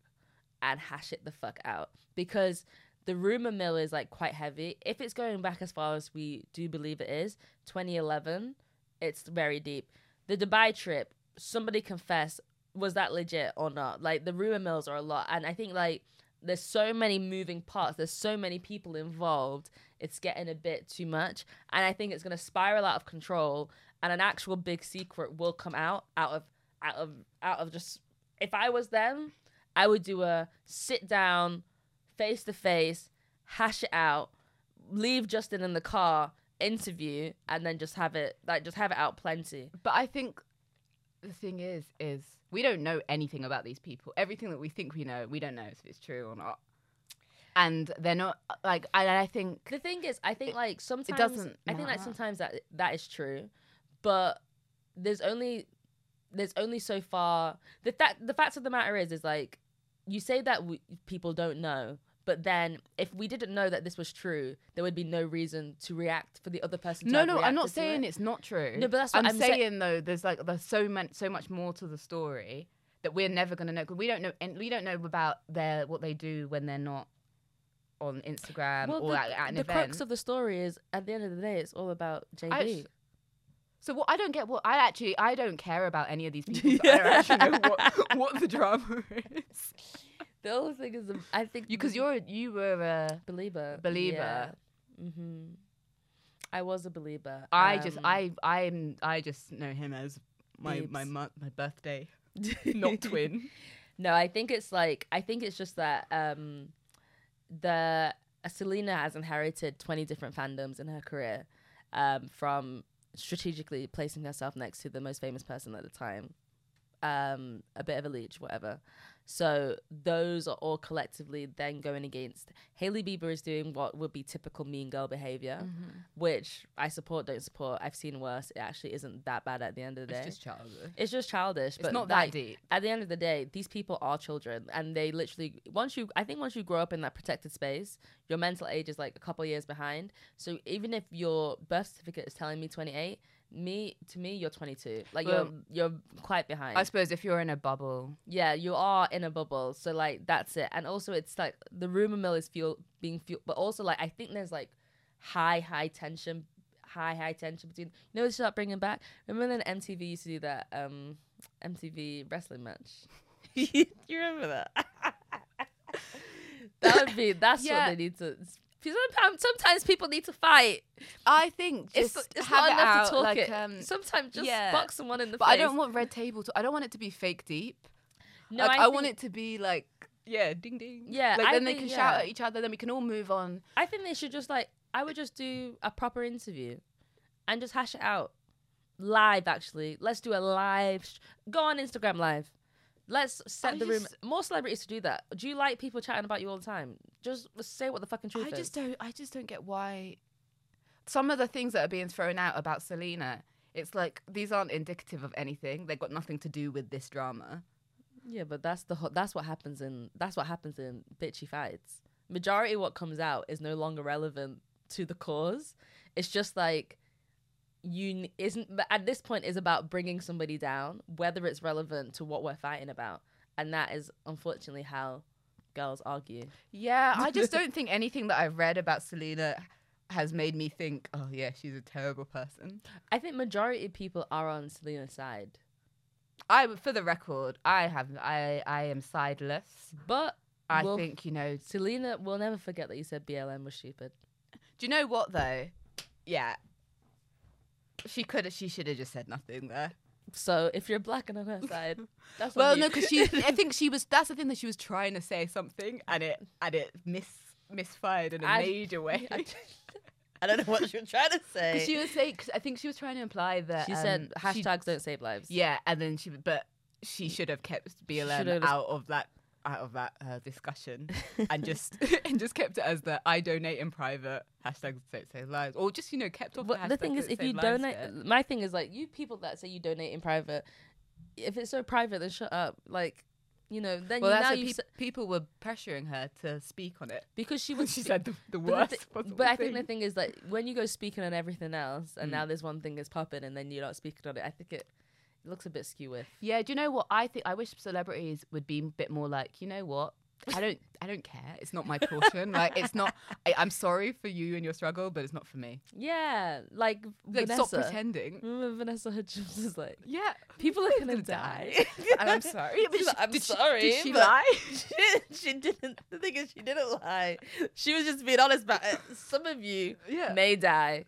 Speaker 2: and hash it the fuck out because the rumor mill is like quite heavy. If it's going back as far as we do believe it is, 2011, it's very deep. The Dubai trip, somebody confess, was that legit or not? Like the rumor mills are a lot, and I think like there's so many moving parts, there's so many people involved. It's getting a bit too much, and I think it's gonna spiral out of control. And an actual big secret will come out out of out of out of just if I was them, I would do a sit down, face to face, hash it out, leave Justin in the car, interview, and then just have it like just have it out plenty.
Speaker 1: but I think the thing is is we don't know anything about these people. Everything that we think we know, we don't know if it's true or not. And they're not like, and I think
Speaker 2: The thing is, I think like sometimes
Speaker 1: doesn't
Speaker 2: I think like
Speaker 1: matter.
Speaker 2: sometimes that that is true, but there's only there's only so far. The fact the fact of the matter is is like you say that we, people don't know, but then if we didn't know that this was true, there would be no reason to react for the other person. to
Speaker 1: No,
Speaker 2: have
Speaker 1: no, I'm not
Speaker 2: reacted to
Speaker 1: saying
Speaker 2: it.
Speaker 1: it's not true.
Speaker 2: No, but that's what I'm say-
Speaker 1: saying though. There's like there's so many, so much more to the story that we're never gonna know. 'cause we don't know, and we don't know about their what they do when they're not on Instagram
Speaker 2: Well,
Speaker 1: or
Speaker 2: the,
Speaker 1: at, at an
Speaker 2: the
Speaker 1: event.
Speaker 2: crux of the story is at the end of the day, it's all about JB.
Speaker 1: I actu- so what I don't get, what I actually I don't care about any of these people. so I don't actually know what, what the drama is.
Speaker 2: the whole thing is, um, I think,
Speaker 1: Because
Speaker 2: the
Speaker 1: you're a- you were uh, a
Speaker 2: believer,
Speaker 1: believer.
Speaker 2: hmm I was a believer.
Speaker 1: I just
Speaker 2: um,
Speaker 1: I I'm I just know him as my my
Speaker 2: Biebs.
Speaker 1: month my birthday not twin.
Speaker 2: No, I think it's like I think it's just that um the uh, Selena has inherited 20 different fandoms in her career um from strategically placing herself next to the most famous person at the time. Um a bit of a leech whatever. So those are all collectively then going against Hailey Bieber is doing what would be typical mean girl
Speaker 1: Mm-hmm.
Speaker 2: behavior, which I support don't support. I've seen worse. It actually isn't that bad at the end of the day.
Speaker 1: It's just childish.
Speaker 2: It's just childish.
Speaker 1: It's
Speaker 2: but
Speaker 1: not that
Speaker 2: like,
Speaker 1: deep.
Speaker 2: At the end of the day, these people are children, and they literally once you, I think once you grow up in that protected space, your mental age is like a couple years behind. So even if your birth certificate is telling me twenty eight, me to me you're twenty two. Like
Speaker 1: Well,
Speaker 2: you're you're quite behind.
Speaker 1: I suppose if you're in a bubble,
Speaker 2: yeah, you are in a bubble. So like that's it. And also it's like the rumor mill is fuel being fueled, but also like I think there's like high high tension, high high tension between. You know, what they should start bringing back. Remember when MTV used to do that um MTV wrestling match? you remember that? that would be. That's
Speaker 1: Yeah.
Speaker 2: what they need to. Sometimes, sometimes people need to fight.
Speaker 1: I think
Speaker 2: It's,
Speaker 1: just
Speaker 2: it's
Speaker 1: have
Speaker 2: not
Speaker 1: it
Speaker 2: enough
Speaker 1: out,
Speaker 2: to talk
Speaker 1: like,
Speaker 2: it.
Speaker 1: Um,
Speaker 2: sometimes just
Speaker 1: yeah.
Speaker 2: box someone in the
Speaker 1: but
Speaker 2: face.
Speaker 1: I don't want red table. To, I don't want it to be fake deep.
Speaker 2: No,
Speaker 1: like, I,
Speaker 2: think-
Speaker 1: want it to be like yeah, ding ding.
Speaker 2: Yeah,
Speaker 1: like
Speaker 2: I
Speaker 1: then they can
Speaker 2: think-
Speaker 1: shout
Speaker 2: yeah.
Speaker 1: at each other. Then we can all move on.
Speaker 2: I think they should just like I would just do a proper interview and just hash it out live. Actually, let's do a live. Sh- go on Instagram live. Let's set
Speaker 1: I
Speaker 2: the room.
Speaker 1: just-
Speaker 2: More celebrities to do that. Do you like people chatting about you all the time? Just say what the fucking truth
Speaker 1: I
Speaker 2: is.
Speaker 1: just don't. I just don't get why some of the things that are being thrown out about Selena. It's like these aren't indicative of anything. They've got nothing to do with this drama.
Speaker 2: yeah, but that's the ho- that's what happens in that's what happens in bitchy fights. Majority of what comes out is no longer relevant to the cause. It's just like you n- isn't but at this point is about bringing somebody down whether it's relevant to what we're fighting about and that is unfortunately how girls argue
Speaker 1: Yeah, I just don't think anything that I've read about Selena has made me think, oh yeah, she's a terrible person.
Speaker 2: i think majority of people are on selena's side
Speaker 1: I, would- for the record, I have, I, I am sideless.
Speaker 2: But
Speaker 1: I
Speaker 2: Well-
Speaker 1: think you know.
Speaker 2: Selena will never forget that you said BLM was stupid.
Speaker 1: Do you know what though? Yeah, she could, she should have just said nothing there.
Speaker 2: So if you're black and on her side, that's on
Speaker 1: Well,
Speaker 2: you.
Speaker 1: no, because she. I think she was. That's the thing that she was trying to say something, and it and it miss misfired in a
Speaker 2: I-
Speaker 1: major way.
Speaker 2: I, I don't know what you're trying to say.
Speaker 1: 'Cause she was saying. 'cause I think she was trying to imply that
Speaker 2: She
Speaker 1: um,
Speaker 2: said
Speaker 1: she-
Speaker 2: hashtags don't save lives.
Speaker 1: yeah, and then she. But she should have kept BLM
Speaker 2: should've-
Speaker 1: out of that out of that uh, discussion, and just and just kept it as the I donate in private hashtags that save lives, or just you know kept off.
Speaker 2: But the thing
Speaker 1: hashtags
Speaker 2: is,
Speaker 1: that
Speaker 2: if
Speaker 1: save
Speaker 2: you
Speaker 1: lives
Speaker 2: donate,
Speaker 1: bit.
Speaker 2: my thing is like you people that say you donate in private. If it's so private, then shut up. Like, you know, then
Speaker 1: well,
Speaker 2: you,
Speaker 1: that's
Speaker 2: now
Speaker 1: what
Speaker 2: you
Speaker 1: peop
Speaker 2: s-
Speaker 1: people were pressuring her to speak on it.
Speaker 2: because she was
Speaker 1: she
Speaker 2: spe-
Speaker 1: said the, the
Speaker 2: But,
Speaker 1: worst.
Speaker 2: the thi-
Speaker 1: possible
Speaker 2: but I think
Speaker 1: thing. Mm.
Speaker 2: the thing is like when you go speaking on everything else, and now there's one thing is popping, and then you're not speaking on it. I think it, it looks a bit skew
Speaker 1: Yeah, do you know what I think? I wish celebrities would be a bit more like, you know what? I don't, I don't care. It's not my portion. like, it's not. I, I'm sorry for you and your struggle, but it's not for me.
Speaker 2: Yeah, like,
Speaker 1: Like,
Speaker 2: Vanessa.
Speaker 1: stop pretending.
Speaker 2: Remember Vanessa Hudgens is like,
Speaker 1: Yeah,
Speaker 2: people are gonna
Speaker 1: gonna
Speaker 2: die.
Speaker 1: die. and I'm sorry. But
Speaker 2: She's like,
Speaker 1: she-
Speaker 2: I'm
Speaker 1: did she-
Speaker 2: sorry.
Speaker 1: Did she
Speaker 2: but
Speaker 1: lie?
Speaker 2: She, she didn't. The thing is, she didn't lie. She was just being honest about it. Some of you
Speaker 1: Yeah.
Speaker 2: may die,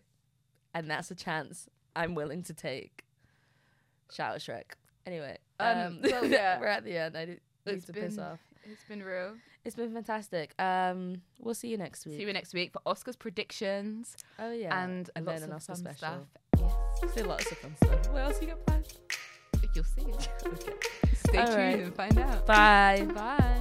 Speaker 2: and that's a chance I'm willing to take. Shout out Shrek. Anyway, um,
Speaker 1: Um, well, yeah.
Speaker 2: we're at the end. I need
Speaker 1: It's
Speaker 2: to piss
Speaker 1: been-
Speaker 2: off.
Speaker 1: It's been real.
Speaker 2: It's been fantastic. Um, we'll see you next week.
Speaker 1: See you next week for Oscars predictions
Speaker 2: oh yeah,
Speaker 1: and,
Speaker 2: then
Speaker 1: lots
Speaker 2: an
Speaker 1: of
Speaker 2: Oscar
Speaker 1: fun
Speaker 2: special.
Speaker 1: stuff.
Speaker 2: Still lots of fun stuff. What else you got planned?
Speaker 1: You'll see. Stay
Speaker 2: All
Speaker 1: tuned
Speaker 2: right.
Speaker 1: and find out.
Speaker 2: Bye.
Speaker 1: Bye.